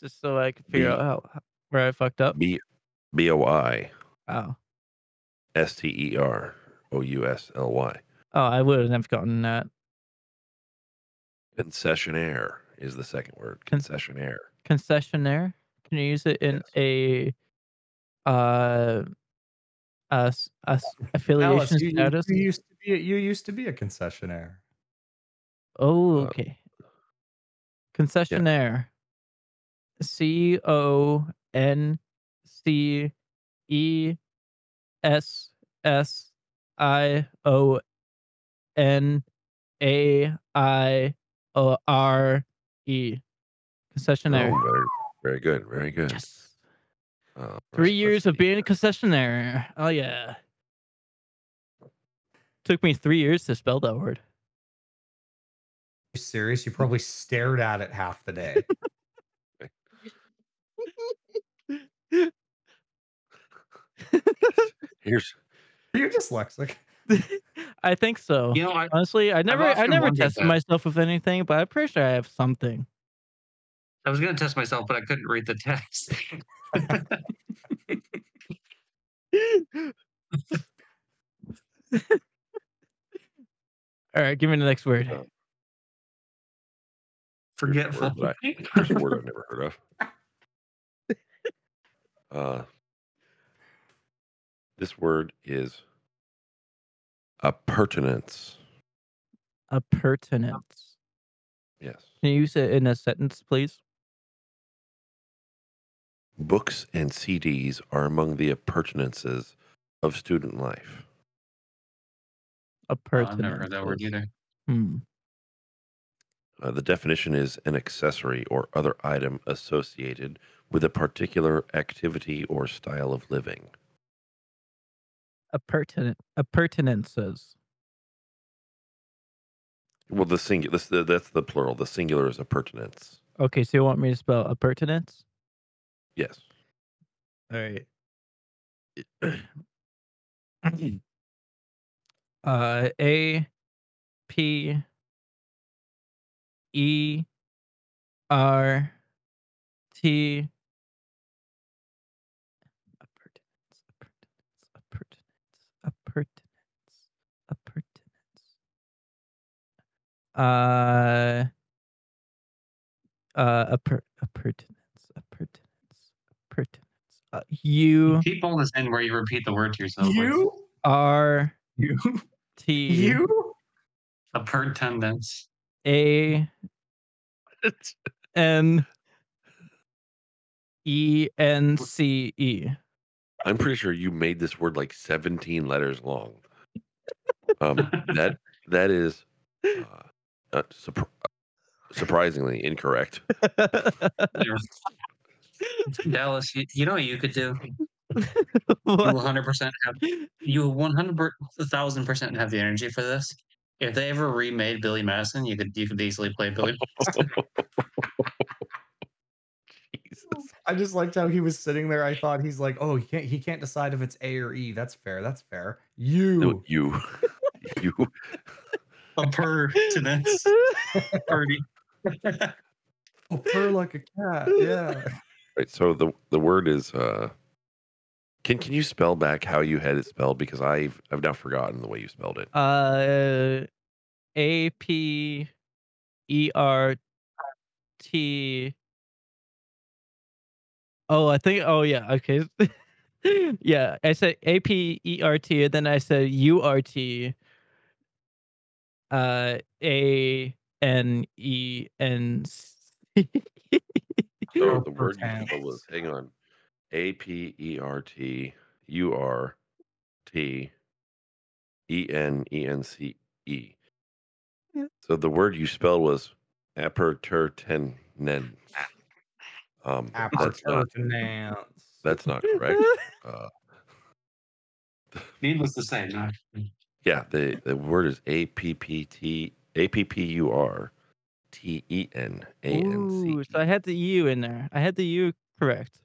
S3: just so I can figure
S4: B-
S3: out how, how- where I fucked up.
S4: B B O I
S3: Oh,
S4: S T E R O U S L Y.
S3: oh, I wouldn't have gotten that.
S4: Concessionaire is the second word.
S3: Con-
S4: Concessionaire.
S3: Concessionaire. Can you use it in
S4: Yes.
S3: a, uh, us us
S5: Alice,
S3: affiliation
S5: you, you-
S3: status?
S5: you used to be a, you used to be a concessionaire.
S3: Oh,
S4: Uh,
S3: okay. Concessionaire. C O N C E S S I O N A I O R E. Concessionaire.
S4: Oh, very, very good. Very good.
S3: yes.
S4: Uh,
S3: Three years of
S4: reciprocity.
S3: being a concessionaire. Oh, yeah. Took me three years to spell that word.
S5: you serious? You probably stared at it half the day.
S4: Here's
S5: You're dyslexic.
S3: I think so.
S2: You know, I,
S3: Honestly, I never, I
S2: often
S3: never
S2: wondered
S3: tested
S2: that.
S3: myself with anything, but I'm pretty sure I have something.
S2: I was going to test myself, but I couldn't read the text.
S3: All right, give me the next word.
S2: Uh,
S4: Oh. a
S2: Forgetful.
S4: word that I, here's a word I've never heard of. Uh, this word is appurtenance.
S3: Appurtenance.
S4: Yes.
S3: Can you use it in a sentence, please?
S4: Books and CDs are among the appurtenances of student life.
S2: Oh,
S3: Appurtenance.
S2: I've never heard that word either.
S3: Hmm.
S4: Uh, the definition is an accessory or other item associated with a particular activity or style of living.
S3: Appurtenant. Appurtenances.
S4: Well, the singular this, the, that's the plural. The singular is appurtenance.
S3: Okay, so you want me to spell appurtenance?
S4: Yes.
S3: All right. uh A P E R T appurtenance appurtenance appurtenance appurtenance appurtenance uh uh appur- appurtenance appurtenance appurtenance uh, you
S2: Keep all this in where you repeat the word to yourself. like,
S3: R
S7: You.
S3: T
S5: You?
S2: A pertendence.
S3: A N E N C E.
S4: I'm pretty sure you made this word like 17 letters long. Um, that that is uh, uh, surpri- surprisingly incorrect.
S2: Dallas, you, you know what you could do? You
S3: What?
S2: 100% have you 100,000 percent have the energy for this. If they ever remade Billy Madison, you could you could easily play Billy.
S5: I just liked how he was sitting there. I thought he's like, oh, he can't he can't decide if it's A or E. That's fair. That's fair.
S4: No,
S5: You.
S4: you, you,
S2: A pertinence party.
S5: Oh, purr like a cat. Yeah.
S4: Right. So the the word is. Uh, can can you spell back how you had it spelled? Because I've I've now forgotten the way you spelled it.
S3: Uh, A P E R T. Oh, I think. Oh, yeah. Okay. yeah, I said A P E R T, and then I said U R T. Uh, A N E N C.
S4: So the word you
S5: Pertans.
S4: spelled was hang on, A P E R T U R T E N E N C E.
S3: Yeah.
S4: So the word you spelled was aperturtenen. Um, that's not
S5: Appurtenance.
S4: that's not correct. Uh,
S2: Needless to say, not
S4: yeah, the the word is A P P T A P P U R T E N A N
S3: Ooh,
S4: C.
S5: E.
S3: so I had the U in there. I had the U correct.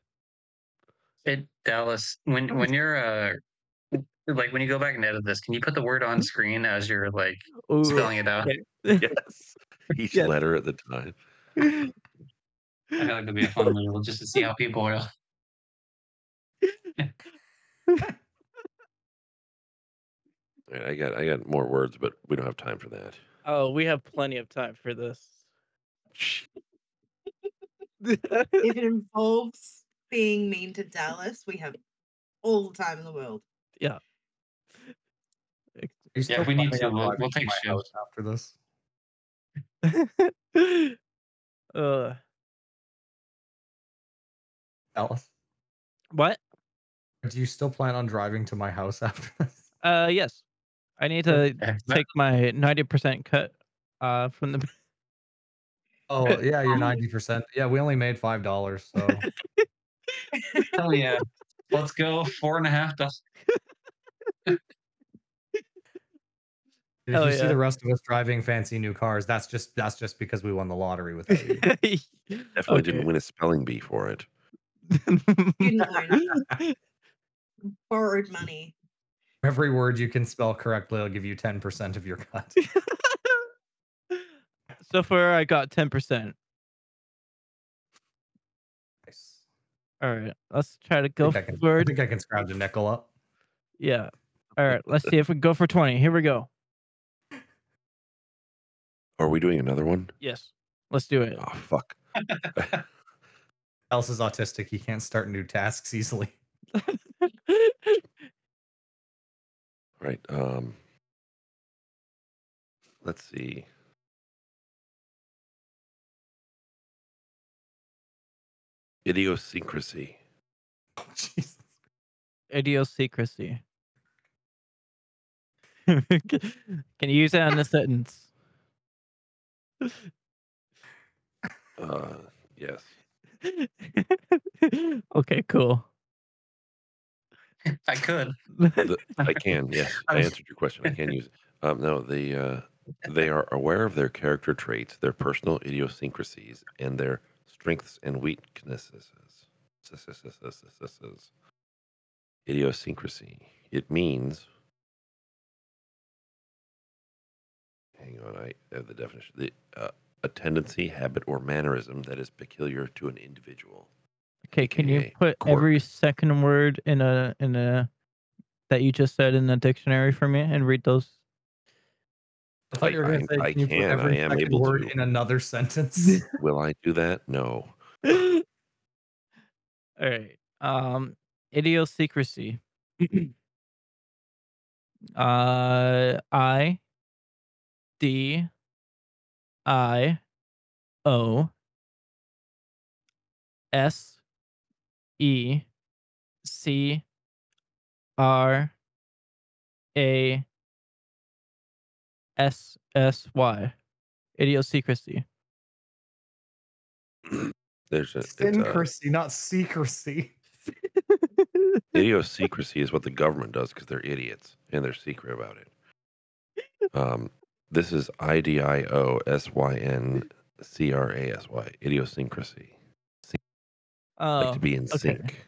S2: it, Dallas. When when you're uh like when you go back and edit this, can you put the word on screen as you're like
S3: Ooh.
S2: spelling it out?
S3: Okay.
S4: Yes, each
S3: Yes.
S4: letter at the time.
S2: I feel like it'd be a fun little just to see how people are.
S4: All right, I got I got more words, but we don't have time for that.
S3: Oh, we have plenty of time for this.
S6: If it involves being mean to Dallas, we have all the time in the world.
S5: Are you
S2: Yeah,
S5: still
S2: we need
S5: climbing
S2: to.
S5: up
S2: We'll-
S5: ladders
S2: we'll
S5: in
S2: take shifts.
S5: my house after this.
S3: uh,
S5: Alice,
S3: what?
S5: do you still plan on driving to my house after this?
S3: Uh, yes. I need to take my ninety percent cut. Uh, from the
S5: Oh yeah, you're ninety percent. Yeah, we only made five dollars, so
S2: Hell yeah. Let's go four and a half dollars.
S5: if
S3: Hell
S5: you see
S3: yeah.
S5: the rest of us driving fancy new cars, that's just that's just because we won the lottery E. without you.
S4: Definitely didn't win a spelling bee for it.
S6: You didn't learn borrowed money.
S5: Every word you can spell correctly, I'll give you ten percent of your cut.
S3: so far, I got ten percent.
S5: Nice.
S3: All right, let's try to
S5: I
S3: go
S5: think I can- I
S3: forward.
S5: think I can scrounge a nickel up.
S3: Yeah. All right, let's see if we go for twenty. Here we go.
S4: Are we doing another one?
S3: Yes, let's do it.
S4: Oh fuck.
S5: Else is autistic. He can't start new tasks easily.
S4: Right. Um let's see. Idiosyncrasy.
S5: Oh, Jesus.
S3: Idiosyncrasy. Can you use that in a sentence?
S4: Uh yes.
S3: okay, cool.
S2: I could.
S4: I can, yes. I answered your question. I can use it. Um no, the uh they are aware of their character traits, their personal idiosyncrasies, and their strengths and weaknesses. idiosyncrasy. It means. Hang on, I have the definition. The, uh, a tendency, habit, or mannerism that is peculiar to an individual.
S3: Okay, can you
S4: AKA
S3: put
S4: quirk.
S3: every second word in a in a that you just said in the dictionary for me and read those?
S5: I thought you were
S4: I-
S5: going to say,
S4: I
S5: can you
S4: can, I
S5: put every
S4: am
S5: second
S4: able
S5: word
S4: to.
S5: in another sentence?
S4: Will I do that? No.
S3: All right. Um, idiosyncrasy. uh, I D I O S E C R A S S Y. Idiosyncrasy.
S4: There's a, it's uh, a
S5: Syncrasy, not secrecy.
S4: idiosyncrasy is what the government does because they're idiots and they're secret about it. Um, this is I D I O S Y N C R A S Y idiosyncrasy. like
S3: Oh,
S4: to be in
S3: okay.
S4: sync.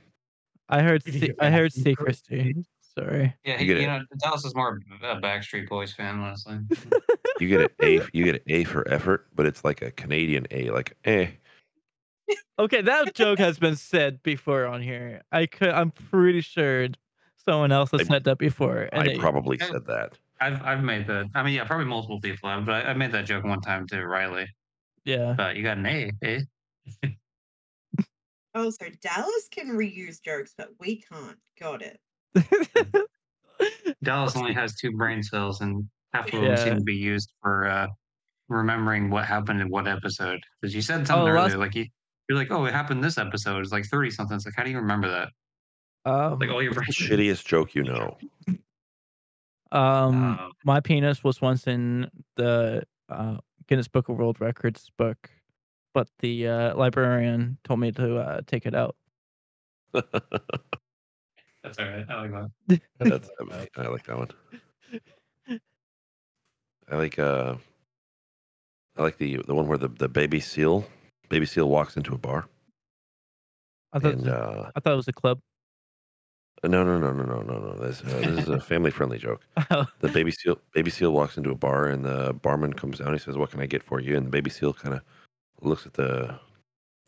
S3: I heard. se- I heard
S5: Idiosyncrasy.
S3: secrecy. Sorry.
S2: Yeah, he,
S4: get
S2: you
S4: it.
S2: know, Dallas is more a Backstreet Boys fan, honestly.
S4: You get an A. You get an A for effort, but it's like a Canadian A, like eh.
S3: Okay, that joke has been said before on here. I could. I'm pretty sure someone else has
S4: I-
S3: said that before. And
S4: I
S3: it-
S4: probably
S2: Yeah.
S4: said that.
S2: I've I've made that. I mean, yeah, probably multiple people have, but I, I made that joke one time to Riley.
S3: yeah.
S2: But you got an A, eh?
S6: Oh, so Dallas can reuse jokes, but we can't. Got it.
S2: Dallas only has two brain cells, and half of them
S3: Yeah.
S2: seem to be used for uh, remembering what happened in what episode. Because you said
S3: Oh,
S2: something
S3: last-
S2: earlier, like you, you're like, oh, it happened this episode. It's like thirty something. It's like, how do you remember that?
S3: um.
S2: Like all your brain.
S4: Shittiest joke you know.
S3: um
S2: Oh.
S3: my penis was once in the uh, Guinness Book of World Records book, but the uh, librarian told me to uh, take it out.
S2: That's all right. I like that.
S4: That's I like that one. I like uh, I like the the one where the, the baby seal baby seal walks into a bar
S3: I thought.
S4: and uh,
S3: I thought it was a club.
S4: no no no no no no no this uh, this is a family friendly joke. The baby seal baby seal walks into a bar and the barman comes down. He says, "What can I get for you?" And the baby seal kind of looks at the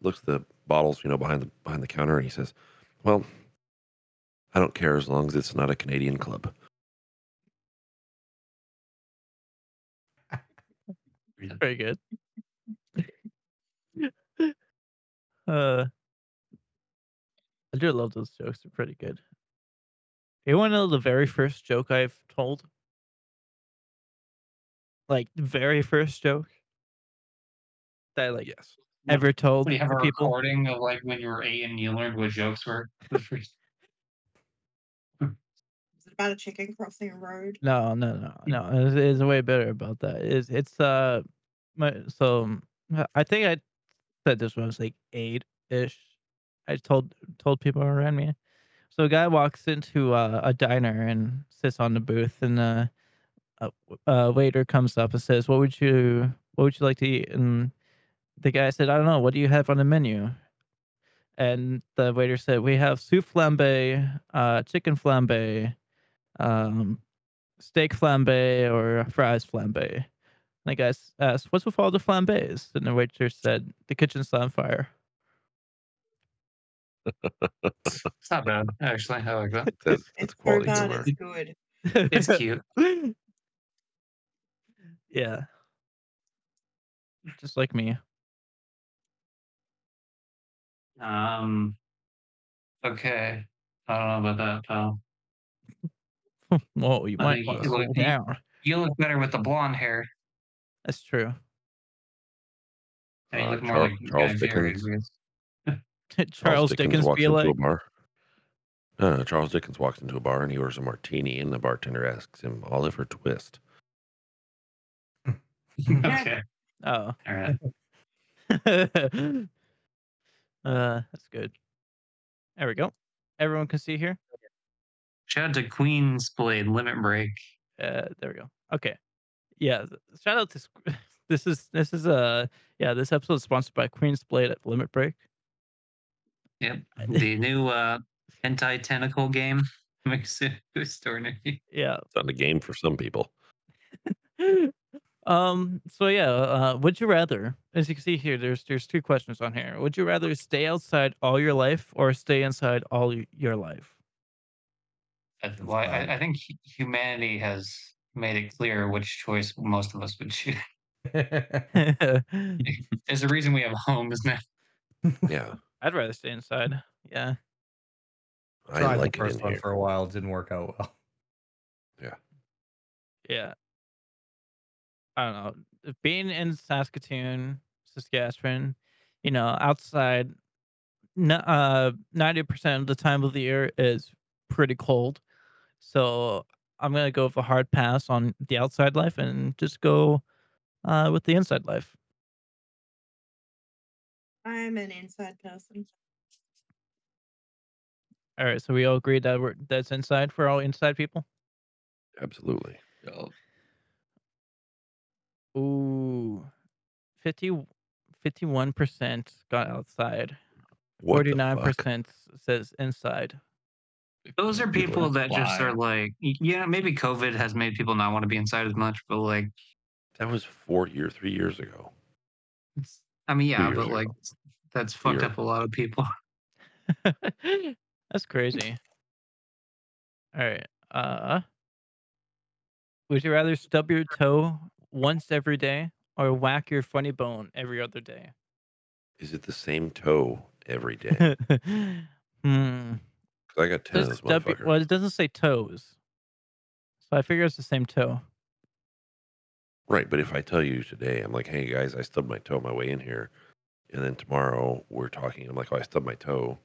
S4: looks at the bottles you know behind the behind the counter and he says, "Well, I don't care as long as it's not a Canadian club."
S3: Very good. uh, I do love those jokes. They're pretty good. You want to know the very first joke I've told? Like the very first joke that I like
S4: Yes.
S3: ever told
S2: We have a
S3: to people.
S2: recording of like when you were eight and you learned what jokes were.
S6: Is it about a chicken crossing a road?
S3: No, no, no, no. It's, it's way better about that. It's it's uh, my so um, uh, I think I said this when I was like eight ish. I told told people around me. So a guy walks into uh, a diner and sits on the booth, and uh, a, a waiter comes up and says, "What would you What would you like to eat?" And the guy said, "I don't know. What do you have on the menu?" And the waiter said, "We have soup flambe, uh, chicken flambe." Um, steak flambe or fries flambe. And the guy s- asked, What's with all the flambes? And the waiter said, The kitchen's on fire.
S2: it's not bad, actually. I like that.
S4: That's,
S6: It's
S4: that's
S6: so
S4: quality
S6: bad,
S4: humor.
S6: it's good.
S2: It's cute.
S3: yeah. Just like me.
S2: Um. Okay. I don't know about that, pal.
S3: Whoa, you
S2: I
S3: might
S2: think
S3: want
S2: you
S3: to
S2: look
S3: slow
S2: deep.
S3: down.
S2: You look better with the blonde hair.
S3: That's true.
S2: And you
S4: Uh,
S2: look more
S4: Charles-
S2: like
S4: Charles
S2: Guy Fieri,
S4: Dickens.
S2: I guess.
S3: Charles Dickens,
S4: walks
S3: be
S4: into a
S3: like,
S4: bar. No, no, Charles Dickens walks into a bar and he orders a martini, and the bartender asks him, "Olive or twist?"
S2: okay.
S3: Oh.
S2: All right.
S3: uh, that's good. There we go. Everyone can see here.
S2: Shout out to Queen's Blade Limit Break.
S3: uh there we go okay yeah th- shout out to Squ- this is this is uh yeah this episode is sponsored by queen's blade at limit break
S2: Yep. The new uh hentai tentacle game. Makes it a store Nikki.
S3: Yeah.
S4: It's on the game for some people.
S3: um so yeah uh would you rather as you can see here there's there's two questions on here would you rather stay outside all your life or stay inside all y- your life
S2: That's why
S5: fine.
S2: I, I think hu- humanity has made it clear which choice most of us would choose.
S5: I'd
S3: i'd
S2: There's a reason we have homes now.
S4: Yeah.
S3: rather stay inside yeah
S4: I like it
S5: the first
S4: in
S5: one
S4: here.
S5: for a while. Didn't work out well.
S3: yeah i don't know being in saskatoon saskatchewan you know outside n- uh 90% of the time of the year is pretty cold so i'm gonna go with a hard pass on the outside life and just go uh with the inside life
S6: I'm an inside person.
S3: all right so we all agree that we're that's inside for all inside people
S4: Absolutely.
S7: Yo,
S3: ooh 50 51% got outside
S4: What the fuck?
S3: 49% says inside
S2: Those are people that just are like, y- yeah, maybe COVID has made people not want to be inside as much, but like,
S4: That was four year, three years ago.
S2: it's- I mean, yeah,
S4: years
S2: but
S4: ago.
S2: like, that's fucked
S4: Year.
S2: up a lot of people.
S3: That's crazy. All right. Uh Would you rather stub your toe once every day or whack your funny bone every other day?
S4: Is it the same toe every day? 'Cause
S3: hmm.
S4: I got ten
S3: Does
S4: of those
S3: stub your-
S4: motherfuckers.
S3: well, it doesn't say toes. So I figure it's the same toe.
S4: Right, but if I tell you today, I'm like, hey guys, I stubbed my toe my way in here, and then tomorrow we're talking, I'm like, oh, I stubbed my toe.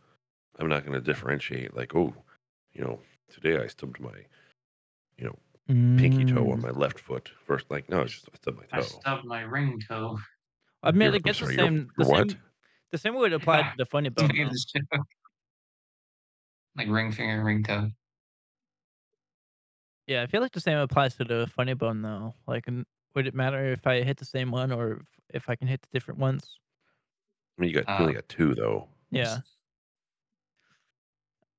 S4: I'm not going to differentiate, like, oh, you know, today I stubbed my pinky toe on
S3: Mm.
S4: my left foot. First, like, no, it's just I stubbed my
S2: I
S4: toe.
S2: stubbed my ring toe.
S3: I mean,
S4: Your-
S3: I
S4: I'm
S3: guess the
S4: sorry, your-
S3: same. The
S4: your what?
S3: same the same would apply to the funny bone.
S2: Made
S3: though.
S2: this joke. Like ring finger, ring toe.
S3: Yeah, I feel like the same applies to the funny bone though. Like, n- would it matter if I hit the same one or if, if I can hit the different ones?
S4: I mean, you got you only
S2: Ah.
S4: got two though.
S3: Yeah.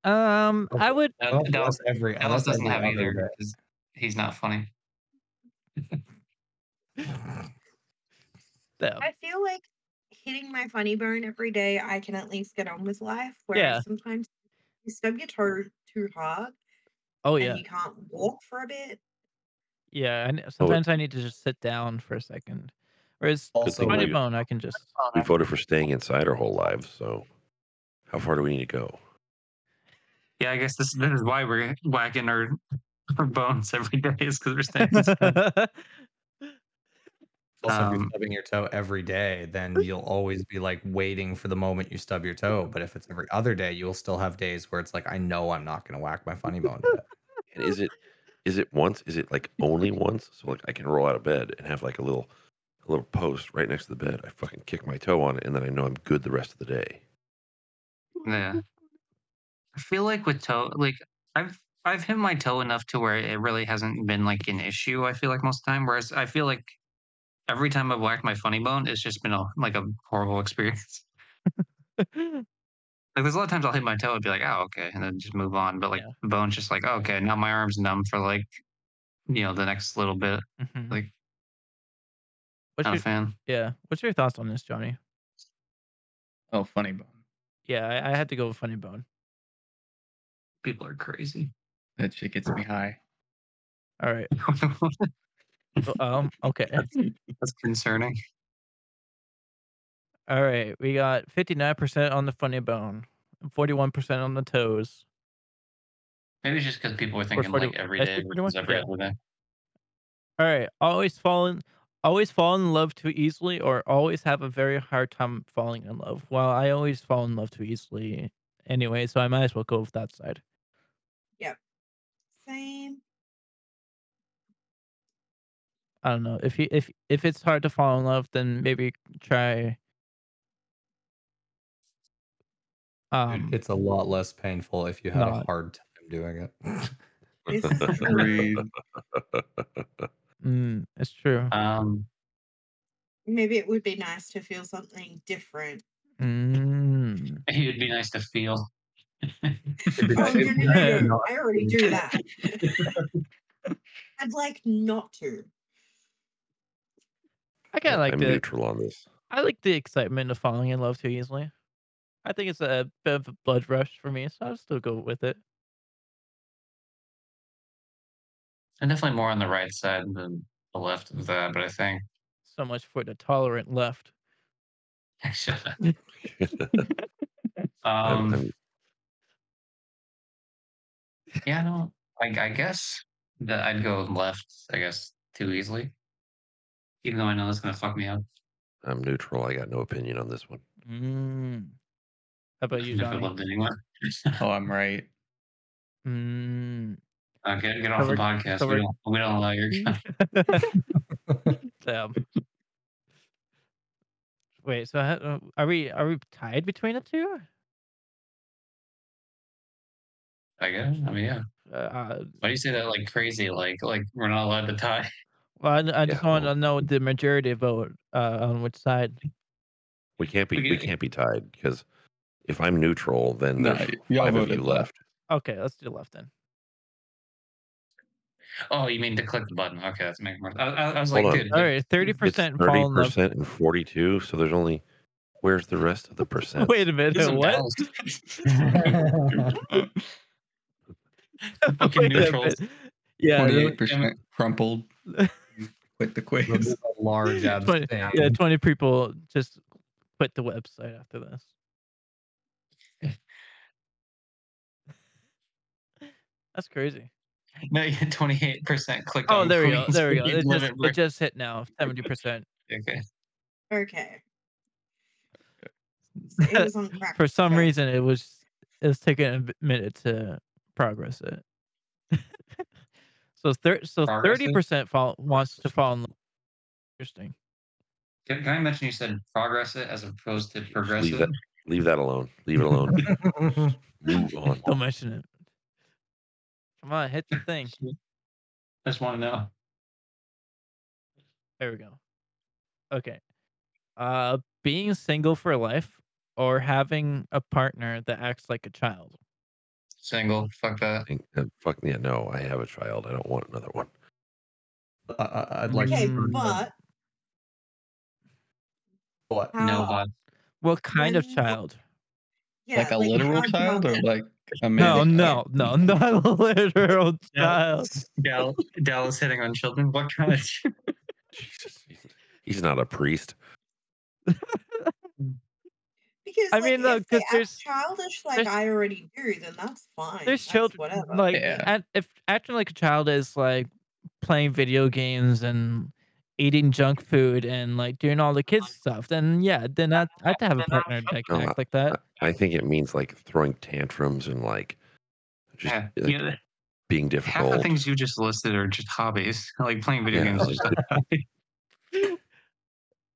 S3: Um, I
S5: Okay.
S3: would.
S2: That,
S5: Oh,
S2: that was,
S5: that's every.
S2: that was
S5: that's
S2: doesn't have
S5: every
S2: either
S5: other
S2: 'cause he's not funny.
S5: day.
S3: No.
S6: I feel like hitting my funny bone every day, I can at least get on with life. Whereas
S3: Yeah.
S6: sometimes you stub your toe too hard
S3: Oh yeah,
S6: and you can't walk for a bit.
S3: yeah. I, ne- sometimes I need to just sit down for a second. Whereas
S5: Also,
S4: thing
S3: funny
S4: we-
S3: bone, I can just.
S4: We voted for staying inside our whole lives, so how far do we need to go?
S2: Yeah, I guess this, this is why we're whacking our, our bones every day is because we're staying. inside.
S3: yeah,
S5: Also, if
S2: Um,
S5: you're stubbing your toe every day, then you'll always be like waiting for the moment you stub your toe. But if it's every other day, you'll still have days where it's like, I know I'm not going to whack my funny bone. today."
S4: And is it is it once? Is it like only once? So like I can roll out of bed and have like a little a little post right next to the bed. I fucking kick my toe on it, and then I know I'm good the rest of the day.
S2: yeah. I feel like with toe, like I've I've hit my toe enough to where it really hasn't been like an issue. I feel like most of the time. Whereas I feel like every time I've whacked my funny bone, it's just been a, like a horrible experience. Like there's a lot of times I'll hit my toe and be like, oh okay, and then just move on. But like
S3: Yeah.
S2: the bone's just like, "Oh, okay, now my arm's numb for like you know the next little bit.
S3: Mhm.
S2: Like-
S3: what's
S2: Not a
S3: your,
S2: fan.
S3: yeah. What's your thoughts on this, Johnny?
S7: Oh, funny bone.
S3: Yeah, I, I had to go with funny bone.
S2: People are crazy.
S7: That shit gets me high.
S3: All right. Um. Okay.
S2: That's concerning.
S3: All right, we got 59% on the funny bone, 41% on the toes.
S2: Maybe it's just because people were thinking
S3: 40
S2: like every
S3: that's
S2: day
S3: pretty
S2: versus
S3: much-
S2: every
S3: yeah.
S2: other day.
S3: All right, always fall in, always fall in love too easily or always have a very hard time falling in love. Well, I always fall in love too easily anyway, so I might as well go with that side.
S6: Same.
S3: I don't know. If you if if it's hard to fall in love, then maybe try um
S5: it's a lot less painful if you had a
S3: Not.
S5: hard time doing it.
S6: This is
S7: Agreed.
S3: mm, it's true.
S2: Um,
S6: Maybe it would be nice to feel something different.
S3: Mm.
S2: it'd be nice to feel.
S6: Oh, no, no, no, no,
S7: No.
S6: I already do that. I'd like not to.
S3: I kind of like
S4: I'm
S3: the
S4: neutral on this.
S3: I like the excitement of falling in love too easily. I think it's a bit of a blood rush for me, so I'll still go with it.
S2: I'm definitely more on the right side than the left of that, but I think.
S3: So much for the tolerant left.
S2: Shut up.
S4: I'm-
S2: um,
S4: I'm-
S2: yeah, no, I, I guess that I'd go left, I guess, too easily. Even though I know that's going to fuck me up.
S4: I'm neutral. I got no opinion on this one.
S3: Mm. How about you,
S2: if I
S3: Johnny?
S2: loved anyone.
S7: Oh, I'm right.
S3: Mm.
S2: Uh, get, get off the
S3: Covered-
S2: podcast. We
S3: covered.
S2: don't,
S3: Mm-hmm.
S2: we don't allow your
S3: Damn. Wait, so ha- uh, are we are we tied between the two?
S2: I guess. I mean, yeah.
S3: Uh, Uh,
S2: Why do you say that like crazy? Like, like we're not allowed to tie.
S3: well, I, I just
S4: Yeah,
S3: want
S4: well-
S3: to know the majority vote uh, on which side.
S4: We can't be.
S2: Okay.
S4: We can't be tied because if I'm neutral, then
S7: No,
S4: there's
S7: y'all
S4: five of
S7: voted
S4: you
S7: left.
S4: left.
S3: Okay, let's do left then.
S2: Oh, you mean to click the button? Okay, that's making more. I, I, I was
S4: Hold
S2: like,
S4: on.
S2: dude,
S3: All right, thirty
S4: It's
S3: percent fall
S4: thirty
S3: in love.
S4: percent and forty-two. So there's only. Where's the rest of the percent?
S3: Wait a minute,
S2: some
S3: what?
S2: Dallas fucking
S3: Wait a
S2: neutrals.
S3: minute. Yeah,
S7: Twenty-eight percent crumpled. Quit the quiz.
S5: Remove a large
S3: Twenty-
S5: abstain.
S3: yeah, twenty people just quit the website after this. That's crazy.
S2: No, you had 28% click.
S3: Oh, there we go. There we go. It just, it just hit now. Seventy percent
S2: okay.
S6: Okay. So it was on crack.
S3: for some
S6: cocaine.
S3: reason it was it was taking a b- minute to progress it. so thir- so
S2: Progress it?
S3: thirty percent fall wants to fall in love. Interesting.
S2: Can, can I mention you said progress it as opposed to progressive?
S4: that- Leave that alone. Leave it alone. Move on.
S3: Don't mention it. Come on, hit the thing.
S2: I just want to know.
S3: There we go. Okay. Uh being single for life or having a partner that acts like a child.
S2: Single. Fuck that.
S4: Think- uh, Fuck yeah, no. I have a child. I don't want another one.
S5: I- I, I'd like. to
S6: Okay,
S5: burn the-
S3: Mm.
S6: but
S5: what?
S6: how,
S2: No, but
S3: What kind of
S6: Mm,
S3: child?
S6: yeah,
S7: like a literal
S6: how
S7: child or
S6: young-
S7: like a
S3: No,
S7: man?
S3: no, no, not a literal
S2: No.
S3: child.
S2: Dal- Dallas hitting on children. What kind of
S4: Jesus, he's- he's not a priest.
S6: Because
S3: I
S6: like,
S3: mean, no,
S6: if they
S3: 'cause
S6: act
S3: there's-
S6: childish like
S3: there's-
S6: I already do, then that's fine.
S3: There's
S6: That's
S3: children
S6: whatever.
S3: like
S7: Yeah.
S3: act- if acting like a child is like playing video games and eating junk food and like doing all the kids stuff, then yeah, then I I have to have a partner that can
S4: No,
S3: act like that.
S4: I think it means like throwing tantrums and like just
S2: Yeah,
S4: like,
S2: you know,
S4: being
S2: half
S4: difficult.
S2: the things you just listed are just hobbies, like playing video
S4: Yeah,
S2: games.
S4: it's
S2: is
S4: just-
S2: just a hobby.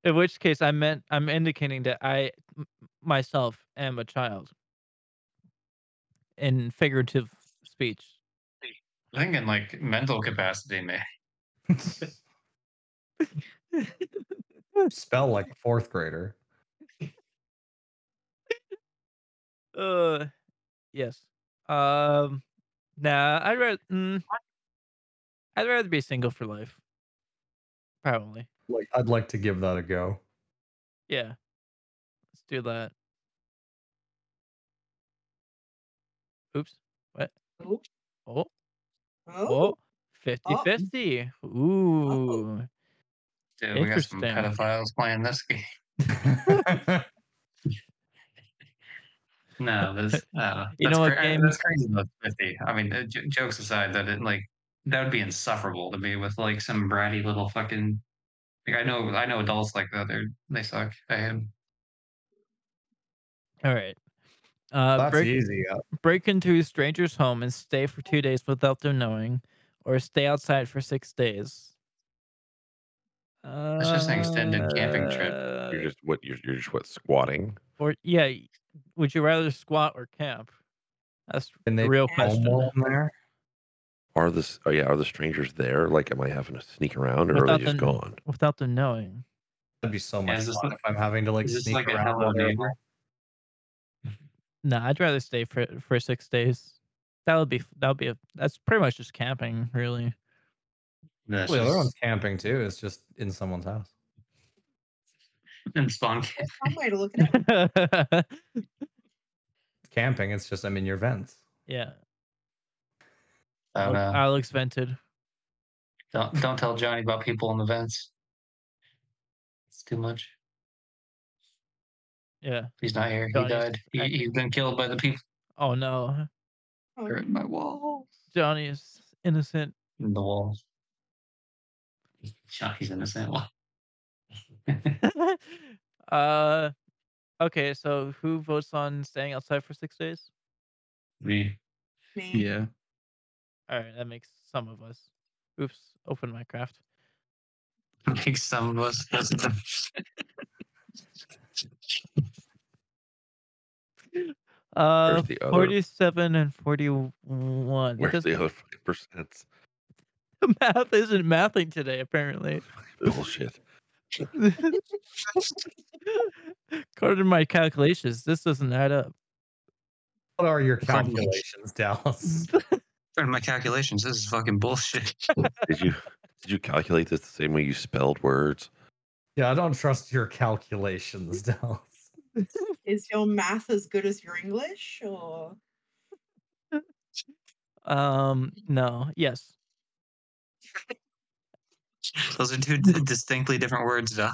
S3: In which case, I meant I'm indicating that I m- myself am a child in figurative speech.
S2: I think in like mental capacity, man.
S5: Spell like a fourth grader.
S3: Uh, yes. Um, nah, I'd rather mm, I'd rather be single for life. Probably,
S5: Like I'd like to give that a go.
S3: yeah. Let's do that. Oops. What?
S6: Oops.
S3: Oh. Oh.
S6: Oh,
S3: 50-50. Ooh.
S2: Dude, we got some
S3: Interesting.
S2: pedophiles playing this game. No, that's uh,
S3: You
S2: that's
S3: know what
S2: cra-
S3: game-
S2: That's crazy. About fifty. I mean, uh, j- jokes aside, that it like that would be insufferable to be with like some bratty little fucking. Like I know, I know adults like that. They are they suck. I am.
S3: All right. Uh,
S5: That's
S3: break,
S5: easy. uh,
S3: break into a stranger's home and stay for two days without them knowing, or stay outside for six days. That's
S2: just an extended camping trip.
S4: Uh, You're just what you're, you're just what squatting.
S3: Uh, Or yeah, y- would you rather squat or camp? That's
S5: Can
S3: the
S5: they
S3: real
S6: film
S3: question.
S5: Homeworld in there.
S4: Are this? Oh yeah, are the strangers there? Like, am I having to sneak around, or are
S3: Without
S4: they just
S3: the-
S4: gone?
S3: Without them knowing.
S5: That'd be so
S2: Yeah,
S5: much
S2: is this
S5: fun
S2: like-
S5: if I'm having to like
S2: is this
S5: sneak
S2: like a
S5: around.
S2: Hello
S5: while they're-
S2: Neighbor?
S3: No, I'd rather stay for for six days. That would be that would be a, that's pretty much just camping, really.
S2: That's
S5: Well,
S2: just-
S5: everyone's camping too. It's just in someone's house.
S2: and spawn camp.
S6: That's one way to look at it.
S5: Camping, it's just I'm in your vents.
S3: yeah,
S2: I don't know.
S3: Alex vented.
S2: Don't don't tell Johnny about people in the vents. It's too much.
S3: Yeah.
S2: He's not here. He
S3: Johnny's
S2: died. He,
S3: acting-
S2: he's been killed by the people.
S3: Oh no,
S6: Oh,
S7: They're in my walls.
S3: Johnny is innocent.
S2: in the wall. Chucky's innocent. What?
S3: uh, okay. So who votes on staying outside for six days?
S2: Me.
S6: me.
S7: Yeah.
S3: All right, that makes some of us. Oops, open Minecraft.
S2: Make some of us.
S3: Uh,
S4: Where's the other?
S3: Uh, forty-seven and forty-one.
S4: where's
S3: because
S4: the other fucking percents?
S3: the math isn't mathing today, apparently.
S4: Bullshit.
S3: According to my calculations, this doesn't add up.
S5: What are your
S2: Probably.
S5: calculations, Dallas?
S2: Turn my calculations. This is fucking bullshit.
S4: Did you did you calculate this the same way you spelled words?
S5: yeah, I don't trust your calculations, Dallas.
S6: Is your math as good as your English? Or
S3: Um, no, yes,
S2: Those are two d- distinctly different words, though.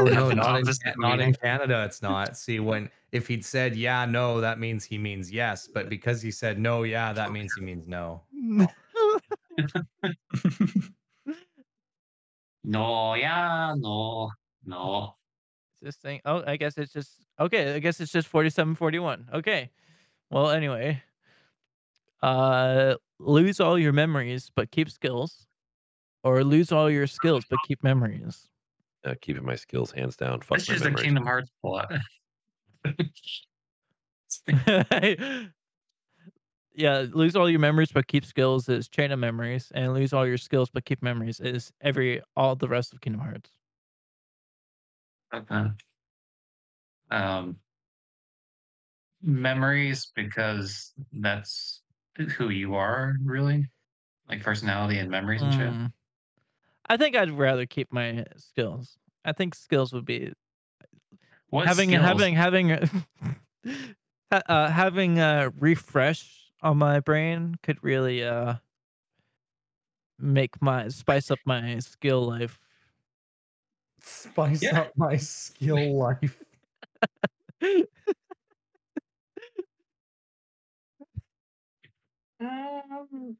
S5: Oh
S2: Yeah,
S5: no,
S2: but
S5: not in,
S2: obviously
S5: Ca-
S2: it
S5: not in
S2: means-
S5: Canada. It's not. See, when if he'd said yeah, no, that means he means yes. But because he said no, yeah, that means he means no.
S2: No, yeah, no, no.
S3: this thing. Oh, I guess it's just okay. I guess it's just forty-seven, forty-one. Okay. Well, anyway, uh, lose all your memories but keep skills, or lose all your skills but keep memories.
S4: Uh, keeping my skills hands down. Fuck
S2: That's
S4: my
S2: just a
S4: memories.
S2: Kingdom Hearts plot.
S3: yeah, lose all your memories but keep skills is chain of memories, and lose all your skills but keep memories is every all the rest of Kingdom Hearts.
S2: Okay. Um, memories because that's who you are, really, like personality and memories and shit.
S3: Mm. I think I'd rather keep my skills. I think skills would be
S2: What
S3: having
S2: skills?
S3: having having ha- uh, having a refresh on my brain could really uh make my spice up my skill life.
S5: Spice
S2: Yeah.
S5: up my skill life.
S6: um,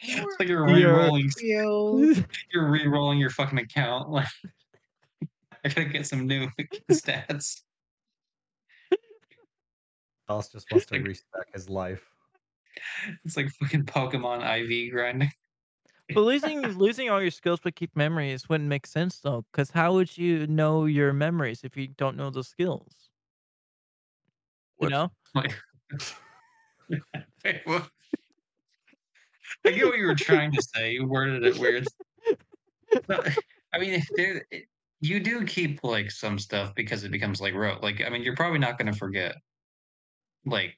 S2: It's like you're
S3: You're-
S2: re-rolling.
S6: feel
S2: You're re-rolling your fucking account. Like, I gotta get some new stats.
S5: Dallas just wants to respec his life.
S2: It's like fucking Pokemon IV grinding.
S3: but losing losing all your skills but keep memories wouldn't make sense though, because how would you know your memories if you don't know the skills? You
S4: What?
S3: know,
S2: Wait, what? I get what you were trying to say. You worded it weird. No, I mean, if there, it- you do keep like some stuff because it becomes like rote. Like, I mean, you're probably not going to forget. Like,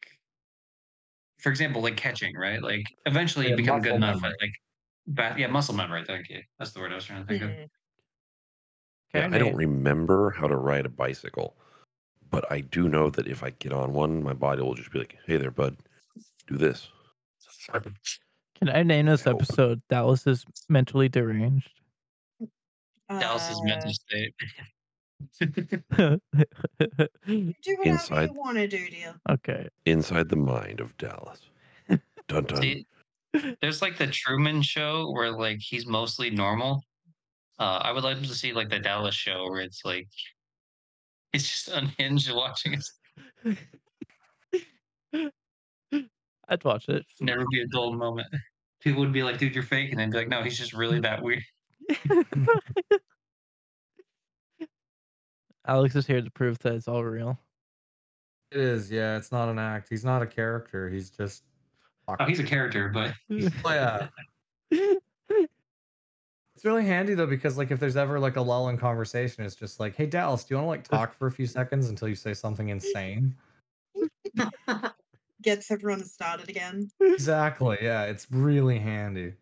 S2: for example, like catching, right? Like, eventually
S5: Yeah,
S2: you become
S5: muscle
S2: good enough
S5: memory.
S2: at like, bat, yeah, muscle memory. Thank you. That's the word I was trying to think of.
S6: mm,
S4: Yeah, I don't
S3: Karen,
S4: remember how to ride a bicycle, but I do know that if I get on one, my body will just be like, "Hey there, bud, do this."
S3: Can I name this
S4: Help.
S3: episode Dallas is mentally deranged?
S2: Dallas is mental state.
S6: uh, you Do whatever
S4: Inside.
S6: you want to do, dear.
S3: okay.
S4: Inside the mind of Dallas. Dun dun.
S2: See, there's like the Truman Show where like he's mostly normal. Uh, I would like to see like the Dallas Show where it's like it's just unhinged watching it.
S3: I'd watch it.
S2: Never be a dull moment. People would be like, "Dude, you're fake," and then be like, "No, he's just really that weird."
S3: Alex is here to prove that it's all real.
S5: It is, yeah. It's not an act. He's not a character. He's just.
S2: Oh, he's a character, but
S5: Oh, yeah. It's really handy though because like if there's ever like a lull in conversation, it's just like, hey Dallas, do you want to like talk for a few seconds until you say something insane?
S6: Gets everyone started again.
S5: exactly. Yeah, it's really handy.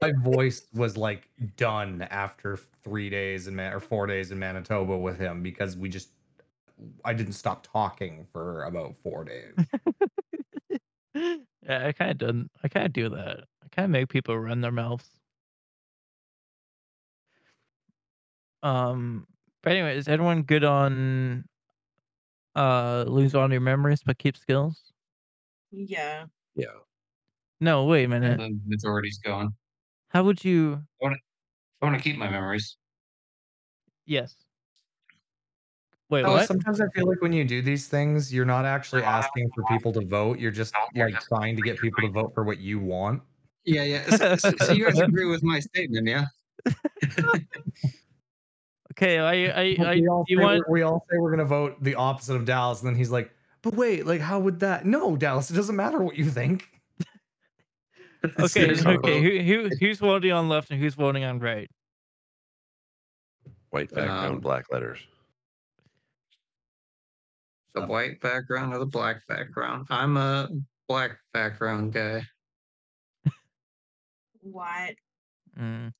S5: My voice was like done after three days in Man- or four days in Manitoba with him because we just I didn't stop talking for about four days.
S3: yeah, I kind of done. I kind of do that. I kind of make people run their mouths. Um. But anyway, is everyone good on uh lose all your memories but keep skills?
S6: Yeah.
S3: No, wait a
S8: And
S3: minute.
S8: the majority's going.
S3: How would you?
S8: I want to keep my memories.
S3: Yes. Wait,
S5: Alice,
S3: what?
S5: Oh, sometimes I feel like when you do these things, you're not actually asking for people to vote. You're just like trying to get people to vote for what you want.
S2: Yeah, yeah. So, so- so you guys agree with my statement, yeah?
S3: Okay, I, I,
S5: But
S3: I.
S5: we, all
S3: uh, you
S5: say
S3: want-
S5: we're, we all say we're going to vote the opposite of Dallas. And then he's like, but wait, like, how would that? No, Dallas, it doesn't matter what you think.
S3: Okay,
S8: There's no
S3: okay.
S8: vote.
S3: Who, who, who's voting on left and who's voting on right?
S4: White background,
S2: Um,
S4: black letters.
S2: The white background or the black background? I'm a black background guy.
S6: White.
S3: Mm.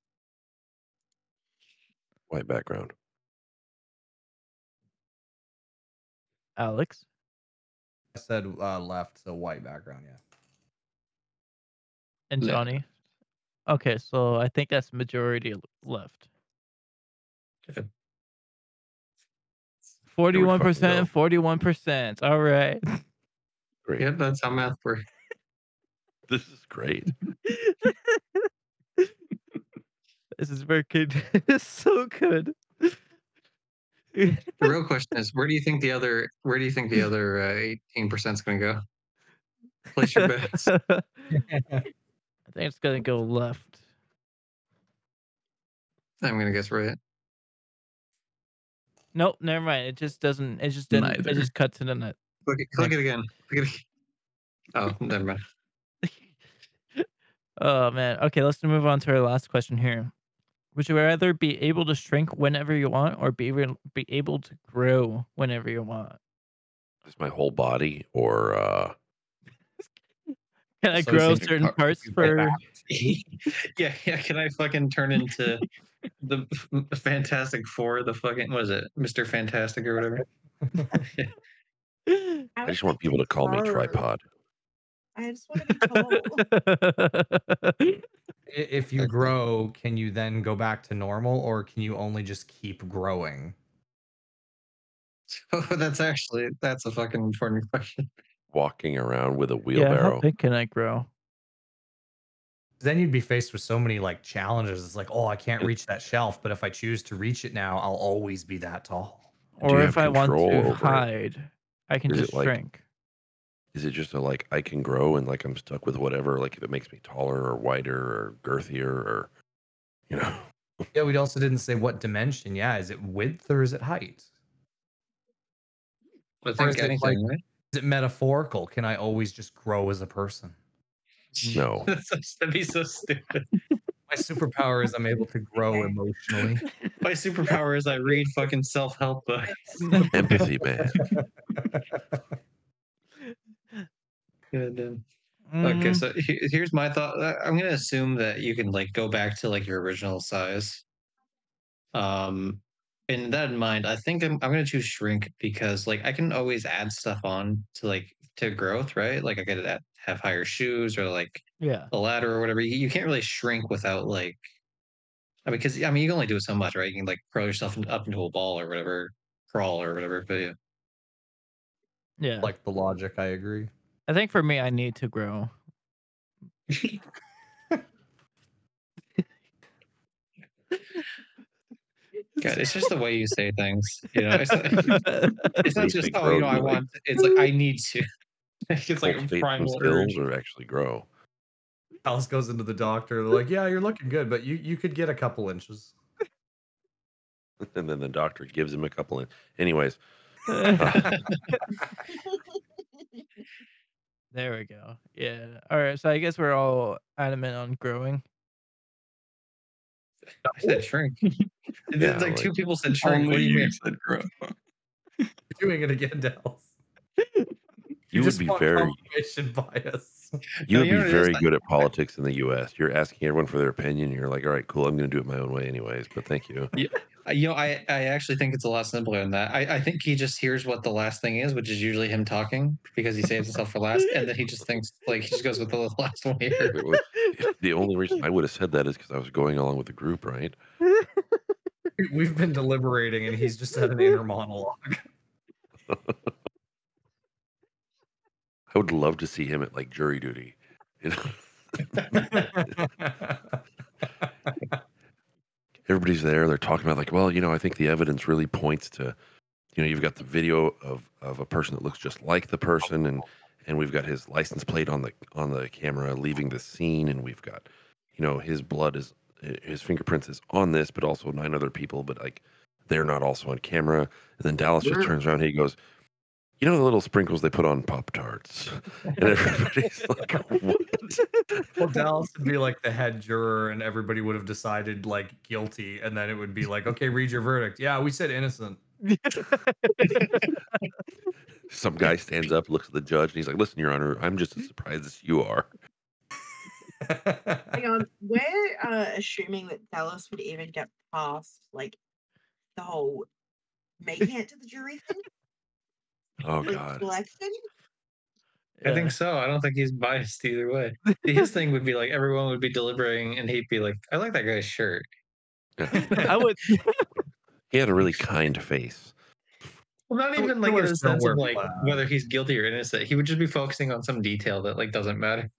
S4: White background.
S3: Alex.
S5: I said uh, left, so white background. Yeah.
S3: and
S2: Left.
S3: Johnny. Okay, so I think that's majority l- left.
S8: Okay.
S3: Forty-one
S4: go.
S3: percent, forty-one percent. All right.
S4: Great.
S2: Yep, that's how math works.
S4: This is great.
S3: this is very good. it's so good.
S2: The real question is, where do you think the other where do you think the other uh, eighteen percent is going to go? Place your bets.
S3: I think it's gonna go left.
S2: I'm going to guess right.
S3: Nope, never mind. It just doesn't. It just didn't. It
S2: Neither.
S3: just cuts it in it.
S2: Click it, click it again. Click it again. Oh, never mind.
S3: Oh man. Okay, let's move on to our last question here. Would you rather be able to shrink whenever you want, or be re- be able to grow whenever you want?
S4: Just my whole body or uh
S3: Can I
S2: So
S3: grow
S2: since you're
S3: certain
S2: cut-
S3: parts
S2: you
S3: for?
S2: cut yeah, yeah. Can I fucking turn into the f- Fantastic Four? The fucking what is it, Mister Fantastic or whatever?
S4: I just want people to call me tripod.
S6: I just want to be tall.
S5: I- If you grow, can you then go back to normal or can you only just keep growing?
S2: Oh, that's actually that's a fucking important question.
S4: Walking around with a
S3: yeah,
S4: wheelbarrow.
S3: how big can I grow?
S5: then you'd be faced with so many like challenges. It's like, oh, I can't reach that shelf, but if I choose to reach it now, I'll always be that tall.
S4: Do you
S3: Or
S4: have
S3: if I want
S4: control over
S3: to
S4: it?
S3: hide, I can
S4: Is it
S3: just
S4: like-
S3: shrink.
S4: Is it just a like I can grow and like I'm stuck with whatever, like if it makes me taller or wider or girthier or you know
S5: Yeah, we also didn't say what dimension. Yeah, is it width or is it height?
S2: But
S5: Or
S2: think
S5: is it
S2: anything,
S5: like-
S2: right?
S5: Is it metaphorical? Can I always just grow as a person?
S4: No.
S8: That'd be so stupid.
S5: My superpower is I'm able to grow emotionally.
S8: My superpower is I read fucking self help books.
S4: empathy man.
S2: Goddamn. Okay,
S3: Mm,
S2: so he- here's my thought. I- I'm gonna assume that you can like go back to like your original size. Um, and that in mind, I think I'm I'm gonna choose shrink because like I can always add stuff on to like to growth, right? Like I could add, have higher shoes or like
S3: yeah.
S2: a ladder or whatever. You, you can't really shrink without like, I mean, because I mean you can only do so much, right? You can like curl yourself in- up into a ball or whatever, crawl or whatever. But yeah,
S3: Yeah.
S5: like the logic, I agree.
S3: I think for me, I need to grow.
S2: God, it's just the way you say things. You know, it's, it's not
S4: Please
S2: just
S4: make
S2: oh you know
S4: road
S2: I
S4: noise.
S2: want. It's like I need to. it's like a
S4: Cultivate some
S2: primal
S4: skills
S2: urge.
S4: or actually grow.
S5: Alice goes into the doctor. They're like, yeah, you're looking good, but you, you could get a couple inches.
S4: And then the doctor gives him a couple in anyways,
S3: there we go. Yeah. All right. So I guess we're all adamant on growing.
S2: I said shrink. And then,
S4: Yeah,
S2: like,
S4: like-
S2: two people said shrink. What
S9: Only
S2: do you mean?
S9: you said grow.
S5: You're doing it again, Dallas.
S4: You would
S5: just
S4: be
S5: want
S4: very
S5: confirmation bias.
S4: you would
S2: you
S4: be
S2: know what it is?
S4: very
S2: I-
S4: good at politics in the US. You're asking everyone for their opinion. You're like, all right, cool, I'm gonna do it my own way anyways, but thank you.
S2: I- You know, I, I actually think it's a lot simpler than that. I, I think he just hears what the last thing is, which is usually him talking because he saves himself for last. And then he just thinks, like, he just goes with the last one here.
S4: It was- the only reason I would have said that is because I was going along with the group, right?
S5: We've been deliberating, and he's just had an inner monologue.
S4: I would love to see him at like jury duty. You know, everybody's there, they're talking about like, well, you know, I think the evidence really points to, you know, you've got the video of of a person that looks just like the person and and we've got his license plate on the on the camera leaving the scene and we've got, you know, his blood is his fingerprints is on this, but also nine other people, but like they're not also on camera. And then Dallas just
S9: Where-
S4: turns around, he goes, You know the little sprinkles they put on Pop Tarts? And everybody's like, What?
S5: well, Dallas would be like the head juror, and everybody would have decided like guilty, and then it would be like, okay, read your verdict. Yeah, we said innocent.
S4: Some guy stands up, looks at the judge, and he's like, Listen, Your Honor, I'm just as surprised as you are.
S6: Hang on, we're um, uh, assuming that Dallas would even get past like the whole making it to the jury thing,
S4: Oh
S6: like
S4: God.
S6: selection.
S2: I think so. I don't think he's biased either way. His thing would be like, everyone would be deliberating and he'd be like, I like that guy's shirt.
S4: Yeah.
S3: I would.
S4: He had a really kind face.
S2: Well, not
S5: There-
S2: even
S5: there
S2: like in
S5: was
S2: the sense
S5: nowhere
S2: of like
S5: flat.
S2: whether he's guilty or innocent. He would just be focusing on some detail that like doesn't matter.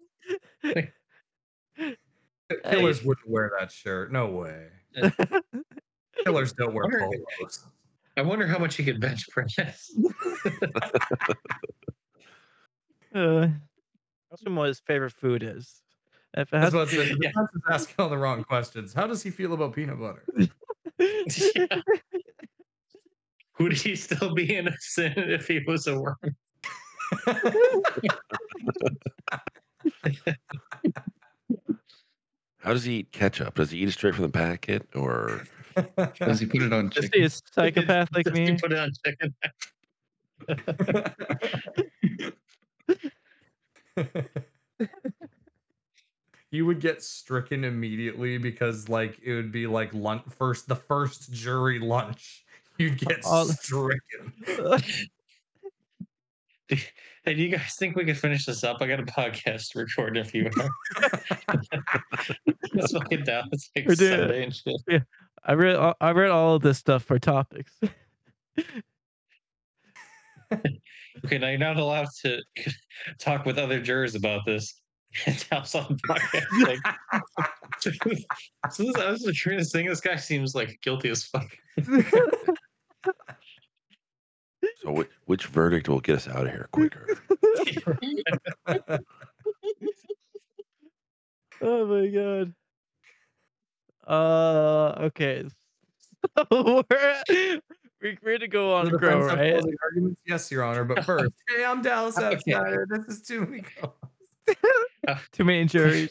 S5: Killers wouldn't wear that shirt. No way. Killers don't wear
S2: Wonder-
S5: polos.
S2: I wonder how much he could bench press.
S3: Uh, ask him what his favorite food is. If it
S5: That's
S3: has,
S5: what the
S2: Yeah.
S5: defense is asking all the wrong questions. How does he feel about peanut butter?
S2: Yeah. Would he still be innocent if he was a worm?
S4: How does he eat ketchup? Does he eat it straight from the packet or
S9: Does he put it on
S3: just be
S9: chicken?
S3: a psychopath like
S2: Does he
S3: me.
S2: Put it on chicken.
S5: you would get stricken immediately because like it would be like lunch first the first jury lunch. You'd get
S3: All-
S5: stricken.
S2: Hey, do you guys think we could finish this up? I got a podcast to record in a few hours. Let's fuck it down. It's like
S3: We do it.
S2: Sunday and shit.
S3: I read all, I read all of this stuff for topics.
S2: Okay, now you're not allowed to talk with other jurors about this. It's house on podcast. Like, so this, I was just trying to think This guy seems like guilty as fuck.
S4: so? Which, which verdict will get us out of here quicker?
S3: oh my god. Uh, okay. So we're we- we're to go on
S5: The
S3: a grow,
S5: defense have
S3: right?
S5: closing arguments? Yes, Your Honor, but first, hey, I'm Dallas
S2: Okay.
S5: Outsider. This is too many calls.
S3: Too many juries.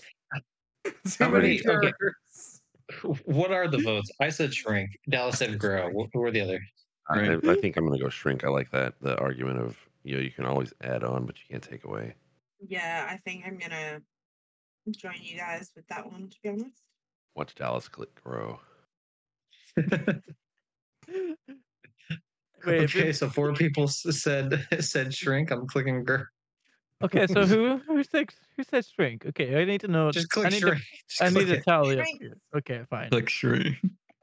S5: Too
S2: How
S5: many
S2: many- okay.
S5: jurors.
S2: What are the votes? I said shrink. Dallas said grow. Wh- Who are the other?
S9: All
S4: I,
S9: right.
S4: I think I'm going to go shrink. I like that the argument of you know you can always add on, but you can't take away.
S6: Yeah, I think I'm gonna join you guys with that one. To be honest,
S4: Watch Dallas click grow.
S3: Wait,
S2: okay,
S3: okay.
S2: so four people s- said said shrink. I'm clicking grow.
S3: okay. So who who said who said shrink? Okay, I need to know.
S2: Just
S3: I
S2: click
S3: need to-
S2: shrink. Just
S3: I need
S2: click
S3: to
S2: it.
S3: tally up
S6: Shrink.
S3: here. Okay, fine.
S9: Click shrink.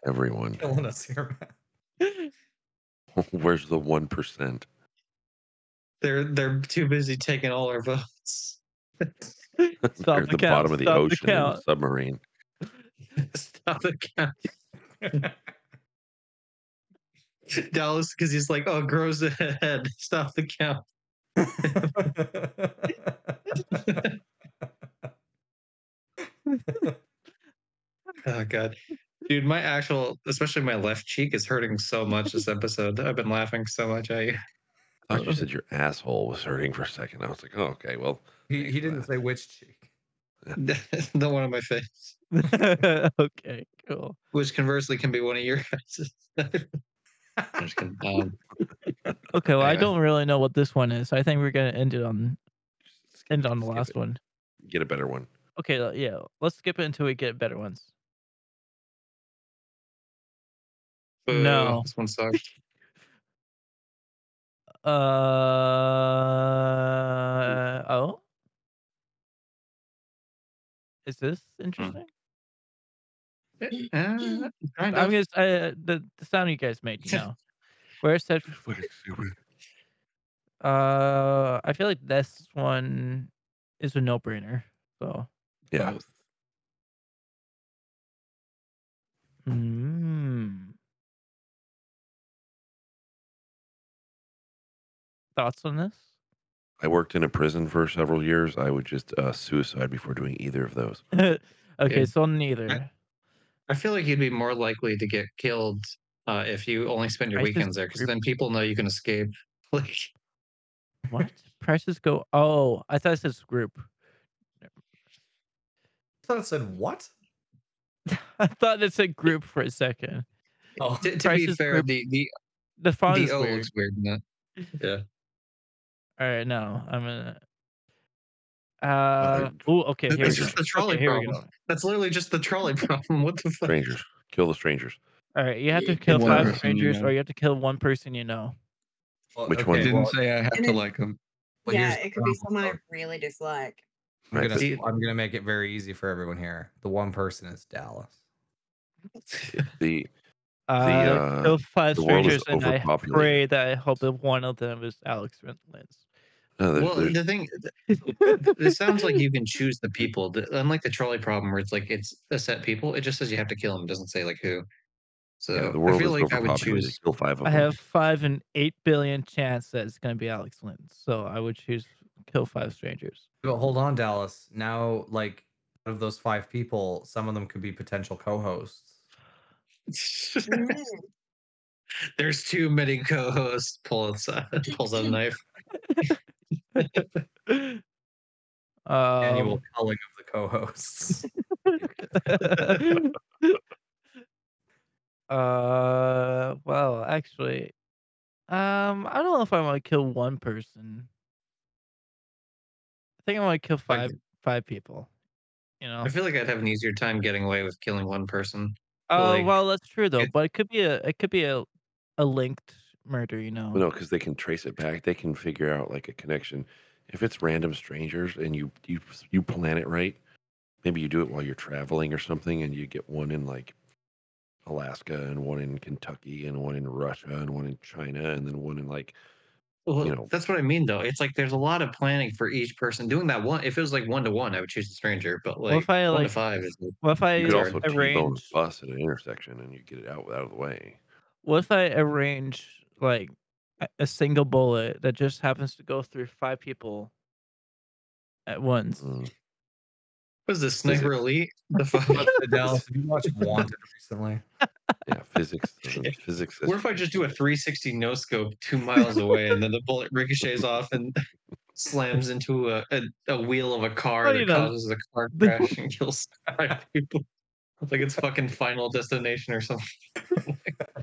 S4: Everyone,
S5: Killing us here, man.
S4: where's the one percent?
S2: They're they're too busy taking all our votes.
S3: Stop
S4: They're at
S3: the
S4: the
S3: count,
S4: bottom of the
S3: stop the
S4: ocean in a
S3: count.
S4: submarine.
S2: Stop the count. Dallas, because he's like, oh, grows ahead. Stop the count. Oh god. Dude, my actual, especially my left cheek, is hurting so much this episode. I've been laughing so much at you.
S4: I
S3: Uh-uh.
S4: thought you said your asshole was hurting for a second. I was like, oh, okay, well,
S5: he, he didn't say which cheek.
S2: the one on my face,
S3: okay, cool.
S2: which conversely can be one of your faces. I'm just kidding. Um,
S3: Okay, well, I
S2: Anyway.
S3: don't really know what this one is. So I think we're gonna end it on end on the
S4: Skip
S3: last
S4: it.
S3: one.
S4: Get a better one.
S3: Okay, l- yeah, let's skip it until we get better ones. No.
S2: boo, this one sucks.
S3: Uh oh, is this
S2: Hmm.
S3: interesting?
S2: Uh, kind
S3: I'm
S2: of.
S3: gonna s- uh, the, the sound you guys made. You know, where said uh, I feel like this one is a no-brainer. So.
S4: Yeah.
S10: Both.
S2: Hmm.
S3: Mm. Thoughts on this?
S4: I worked in a prison for several years. I would just uh, suicide before doing either of those.
S3: okay,
S2: Yeah.
S3: so neither.
S2: I feel like you'd be more likely to get killed uh, if you only spend your
S3: Prices
S2: weekends there, because
S3: group-
S2: then people know you can escape. Like,
S3: What prices go? Oh, I thought it says group.
S5: thought it said what?
S3: I thought it said group for a second.
S5: Oh,
S2: to, to be
S3: Prices
S2: fair,
S3: group-
S2: the the,
S3: The font
S2: the
S3: is
S2: O
S3: weird.
S2: looks weird. Isn't it? Yeah.
S3: All right, no, I'm gonna. Uh, oh, okay. Here we
S2: That's
S3: go.
S2: just the trolley
S3: Okay, here we go.
S2: problem. That's literally just the trolley problem. What the fuck?
S4: Strangers. Kill the strangers.
S3: All right, you have to kill
S10: one
S3: five
S10: person you
S3: strangers,
S10: know.
S3: or you have to kill one person you know.
S5: Well,
S4: Which one?
S10: It
S5: okay,
S10: didn't
S5: well,
S10: say I have
S6: And
S10: to
S6: it-
S10: like them.
S5: but
S6: yeah,
S5: here's the
S6: it could be
S5: problem,
S6: someone I
S5: though.
S6: really dislike.
S5: I'm
S4: Right,
S5: gonna,
S2: this-
S5: I'm gonna make it very easy for everyone here. The one person is Dallas.
S4: The
S3: Uh,
S4: uh,
S3: kill five
S4: the world is
S3: strangers, and I
S4: overpopulated.
S3: pray that I hope that one of them is Alex Lins.
S4: no, there-
S2: Well,
S4: there's-
S2: the thing, it sounds like you can choose the people. The- Unlike the trolley problem, where it's like it's a set people. It just says you have to kill them. It doesn't say like who. So
S4: yeah, the
S2: I
S4: world
S2: feel
S4: is
S2: like I would
S4: overpopulated.
S2: choose.
S4: Kill five of them.
S3: I have five and eight billion chance that it's gonna be Alex Lynn. So I would choose kill five strangers.
S5: But hold on, Dallas. Now, like out of those five people, some of them could be potential co-hosts.
S6: Mm.
S2: There's too many co-hosts. Pulls out, pulls out a knife.
S3: um,
S5: Annual culling of the co-hosts.
S3: uh, well, actually, um, I don't know if I want to kill one person. I think I want to kill five five people. You know.
S2: I feel like I'd have an easier time getting away with killing one person.
S3: Oh
S2: like,
S3: well, that's true though.
S2: it-
S3: But it could be a it could be a a linked murder. You know.
S4: Well, no, because they can trace it back. They can figure out like a connection. If it's random strangers and you you you plan it right, maybe you do it while you're traveling or something, and you get one in like Alaska and one in Kentucky and one in Russia and one in China and then one in like
S2: Well,
S4: you know.
S2: that's what I mean though. It's like there's a lot of planning for each person. Doing that one, if it was like one to one, I would choose the stranger. But like,
S3: Well, if I,
S2: one
S3: like-
S2: to five is like,
S3: What if I
S4: you could also T-bone
S3: arrange?
S4: a bus at an intersection and you get it out out of the way.
S3: What if I arrange like a- a single bullet that just happens to go through five people at once?
S4: Mm.
S2: what is this sniper elite? The fuck?
S5: But, uh, Dallas, have you watched Wanted recently?
S4: Yeah, physics. doesn't- physics.
S2: What if I just do a 360 no scope two miles away and then the bullet ricochets off and slams into a, a, a wheel of a car
S3: Well, you
S2: that
S3: know,
S2: causes a car
S3: the-
S2: crash and kills five people? Like it's fucking Final Destination or something.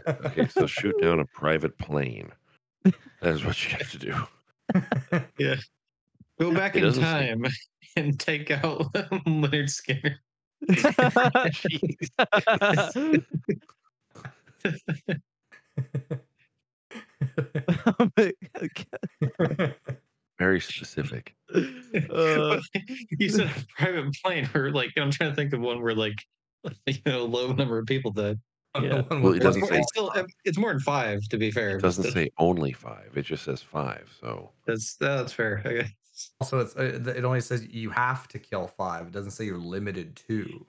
S4: Okay, so shoot down a private plane. That is what you have to do.
S2: Go back
S4: It
S2: in
S4: doesn't say-
S2: time and take out Leonard Skinner.
S3: Oh
S4: Very specific.
S3: Uh,
S2: you said a private plane, or like I'm trying to think of one where like you know low number of people died.
S5: Oh,
S3: Yeah.
S4: Well, it
S2: Or it's
S4: doesn't
S2: more-
S4: say-
S2: it's still um, it's more than five to be fair.
S4: It
S2: but
S4: doesn't
S2: that-
S4: say only five. It just says five. So
S2: that's that's fair. I guess.
S5: Also, it's uh, th- it only says you have to kill five. It doesn't say you're limited to.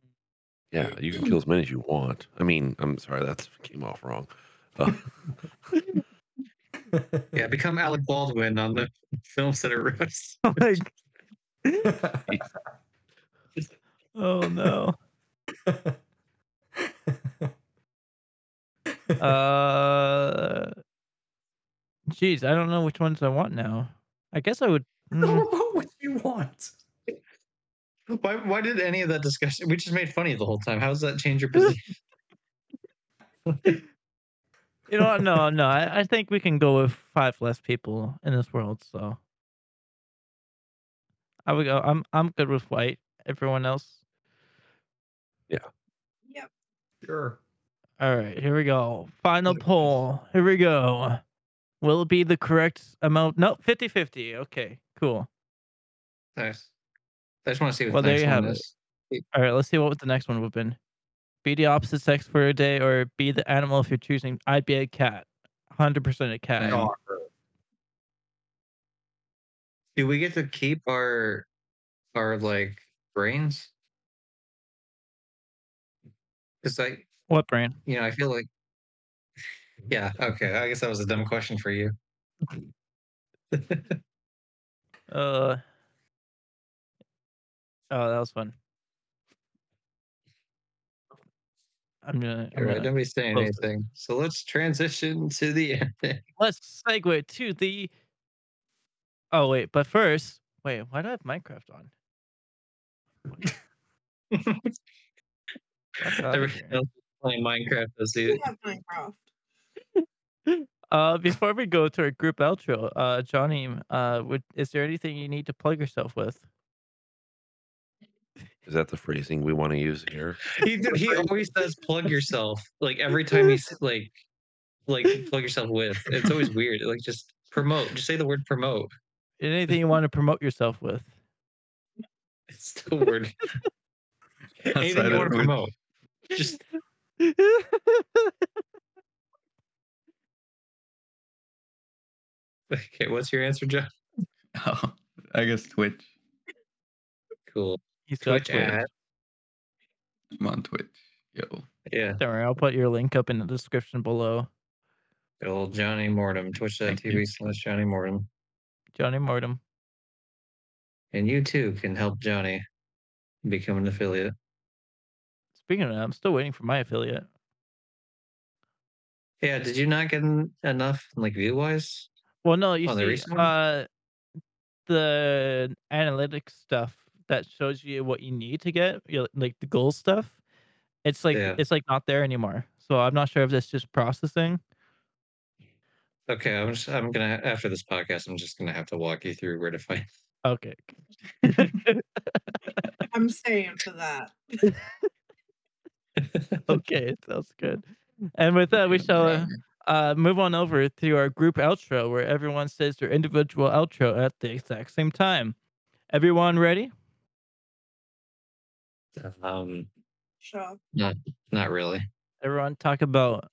S4: yeah, you can kill as many as you want. I mean, I'm sorry, that came off wrong. Uh,
S2: Yeah, become Alec Baldwin on the film set of roast.
S3: like,
S5: yeah.
S3: oh no. Uh, jeez, I don't know which ones I want now. I guess I would. hmm,
S5: What
S3: mm,
S5: about what you want?
S2: Why, why did any of that discussion? We just made fun of you the whole time. How does that change your position?
S3: You know, what? no, no. I, I think we can go with five less people in this world. So I would go. I'm I'm good with white. Everyone else.
S6: Yep.
S11: Sure.
S3: All right, here we go. Final
S5: Otherwise-
S3: poll. Here we go. Will it be the correct amount? No, 50 50. Okay, cool.
S2: Nice. I just want to see what
S3: Well,
S2: the
S3: there
S2: next
S3: you have
S2: one
S3: it.
S2: is.
S3: All right, let's see what the next one would have been. Be the opposite sex for a day or be the animal if you're choosing. I'd be a cat. 100% a cat.
S5: Same.
S2: Do we get to keep our our like brains? Because I,
S3: What brain?
S2: you know, I feel like, yeah, okay. I guess that was a dumb question for you.
S3: Uh, oh, that was fun. I'm gonna,
S2: All
S3: I'm
S2: right,
S3: gonna
S2: nobody's saying
S3: close this.
S2: anything. So let's transition to the
S3: let's segue to the. Oh wait, but first, wait. Why do I have Minecraft on? That's outta
S2: Everyone
S3: here.
S2: else is playing Minecraft. Let's see
S6: We have Minecraft.
S3: Uh, before we go to our group outro, uh, Johnny, uh, would, is there anything you need to plug yourself with?
S4: Is that the phrasing we want to use here?
S2: he, d- he always says plug yourself like every time he's like like plug yourself with it's always weird like just promote just say the word promote
S3: Anything you want to promote yourself with?
S2: it's the word anything
S5: Outside
S2: you want
S5: of
S2: to
S5: which-
S2: promote just okay what's your answer john
S5: Oh, I guess Twitch.
S2: cool
S3: He's got
S2: twitch
S3: Twitter.
S2: ad.
S5: I'm on Twitch. Yo.
S2: yeah
S3: Don't worry, I'll put your link up in the description below.
S2: good old johnny mortem
S5: Thank you.
S2: twitch.tv slash johnny mortem
S3: Johnny Mortem.
S2: and you too can help johnny become an affiliate
S3: Speaking of that, I'm still waiting for my affiliate.
S2: yeah did you not get en- enough like view wise
S3: Well, no, you
S2: Oh, the
S3: see,
S2: recent one?
S3: uh, the analytics stuff that shows you what you need to get, you know, like the goal stuff. It's like
S2: Yeah.
S3: it's like not there anymore. So I'm not sure if that's just processing.
S2: okay i'm just i'm gonna after this podcast i'm just gonna have to walk you through where to find
S3: Okay.
S6: I'm staying for that.
S3: okay, sounds good. And with that, we
S5: Yeah,
S3: shall uh,
S5: Brian.
S3: uh, move on over to our group outro where everyone says their individual outro at the exact same time. Everyone ready?
S2: Um,
S6: Sure.
S2: not really.
S3: Everyone talk about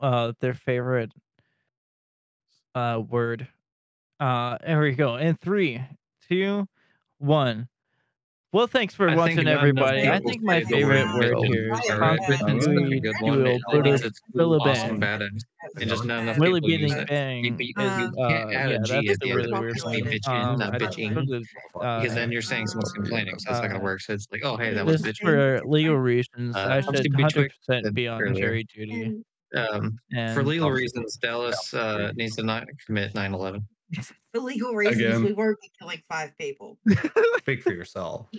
S3: uh, their favorite uh, word. Uh, there we go. In three, two, one. Well, thanks for
S2: I think
S3: watching,
S2: none of
S3: everybody. I
S2: that
S3: think
S2: will
S3: my
S2: say the
S3: favorite
S6: word
S3: word
S6: middle.
S3: here is
S6: All right.
S3: confidence,
S6: That's
S2: such a
S3: duo,
S2: good one. It
S6: Buddha,
S2: means it's cool, awesome,
S3: Bang.
S2: badass. And just not enough
S3: Willy
S2: people use
S3: Beating
S2: it.
S3: Bang.
S2: You
S6: Um,
S2: can't
S3: uh,
S2: add
S3: yeah,
S2: a G
S3: that's
S2: at
S3: a
S2: the
S3: really
S2: end
S6: weird
S2: It's
S6: word.
S2: bitchin',
S3: Um,
S2: not
S3: I think
S2: bitching.
S3: those is, uh,
S2: because then you're saying someone's
S6: uh,
S2: complaining, so it's not
S3: uh,
S2: gonna work. So it's like, oh hey, that
S3: this
S2: was
S3: is
S2: bitching.
S3: for legal reasons.
S2: Uh,
S3: I
S2: Trump
S3: should
S2: should be
S3: 100
S2: said
S3: percent be on
S2: earlier.
S3: jury duty.
S6: And
S2: Um,
S3: And
S2: for legal
S5: Trump-
S2: reasons, Dallas uh, needs to not commit 9/11.
S6: for legal reasons,
S5: Again.
S6: we won't be killing five people.
S11: Speak for yourself.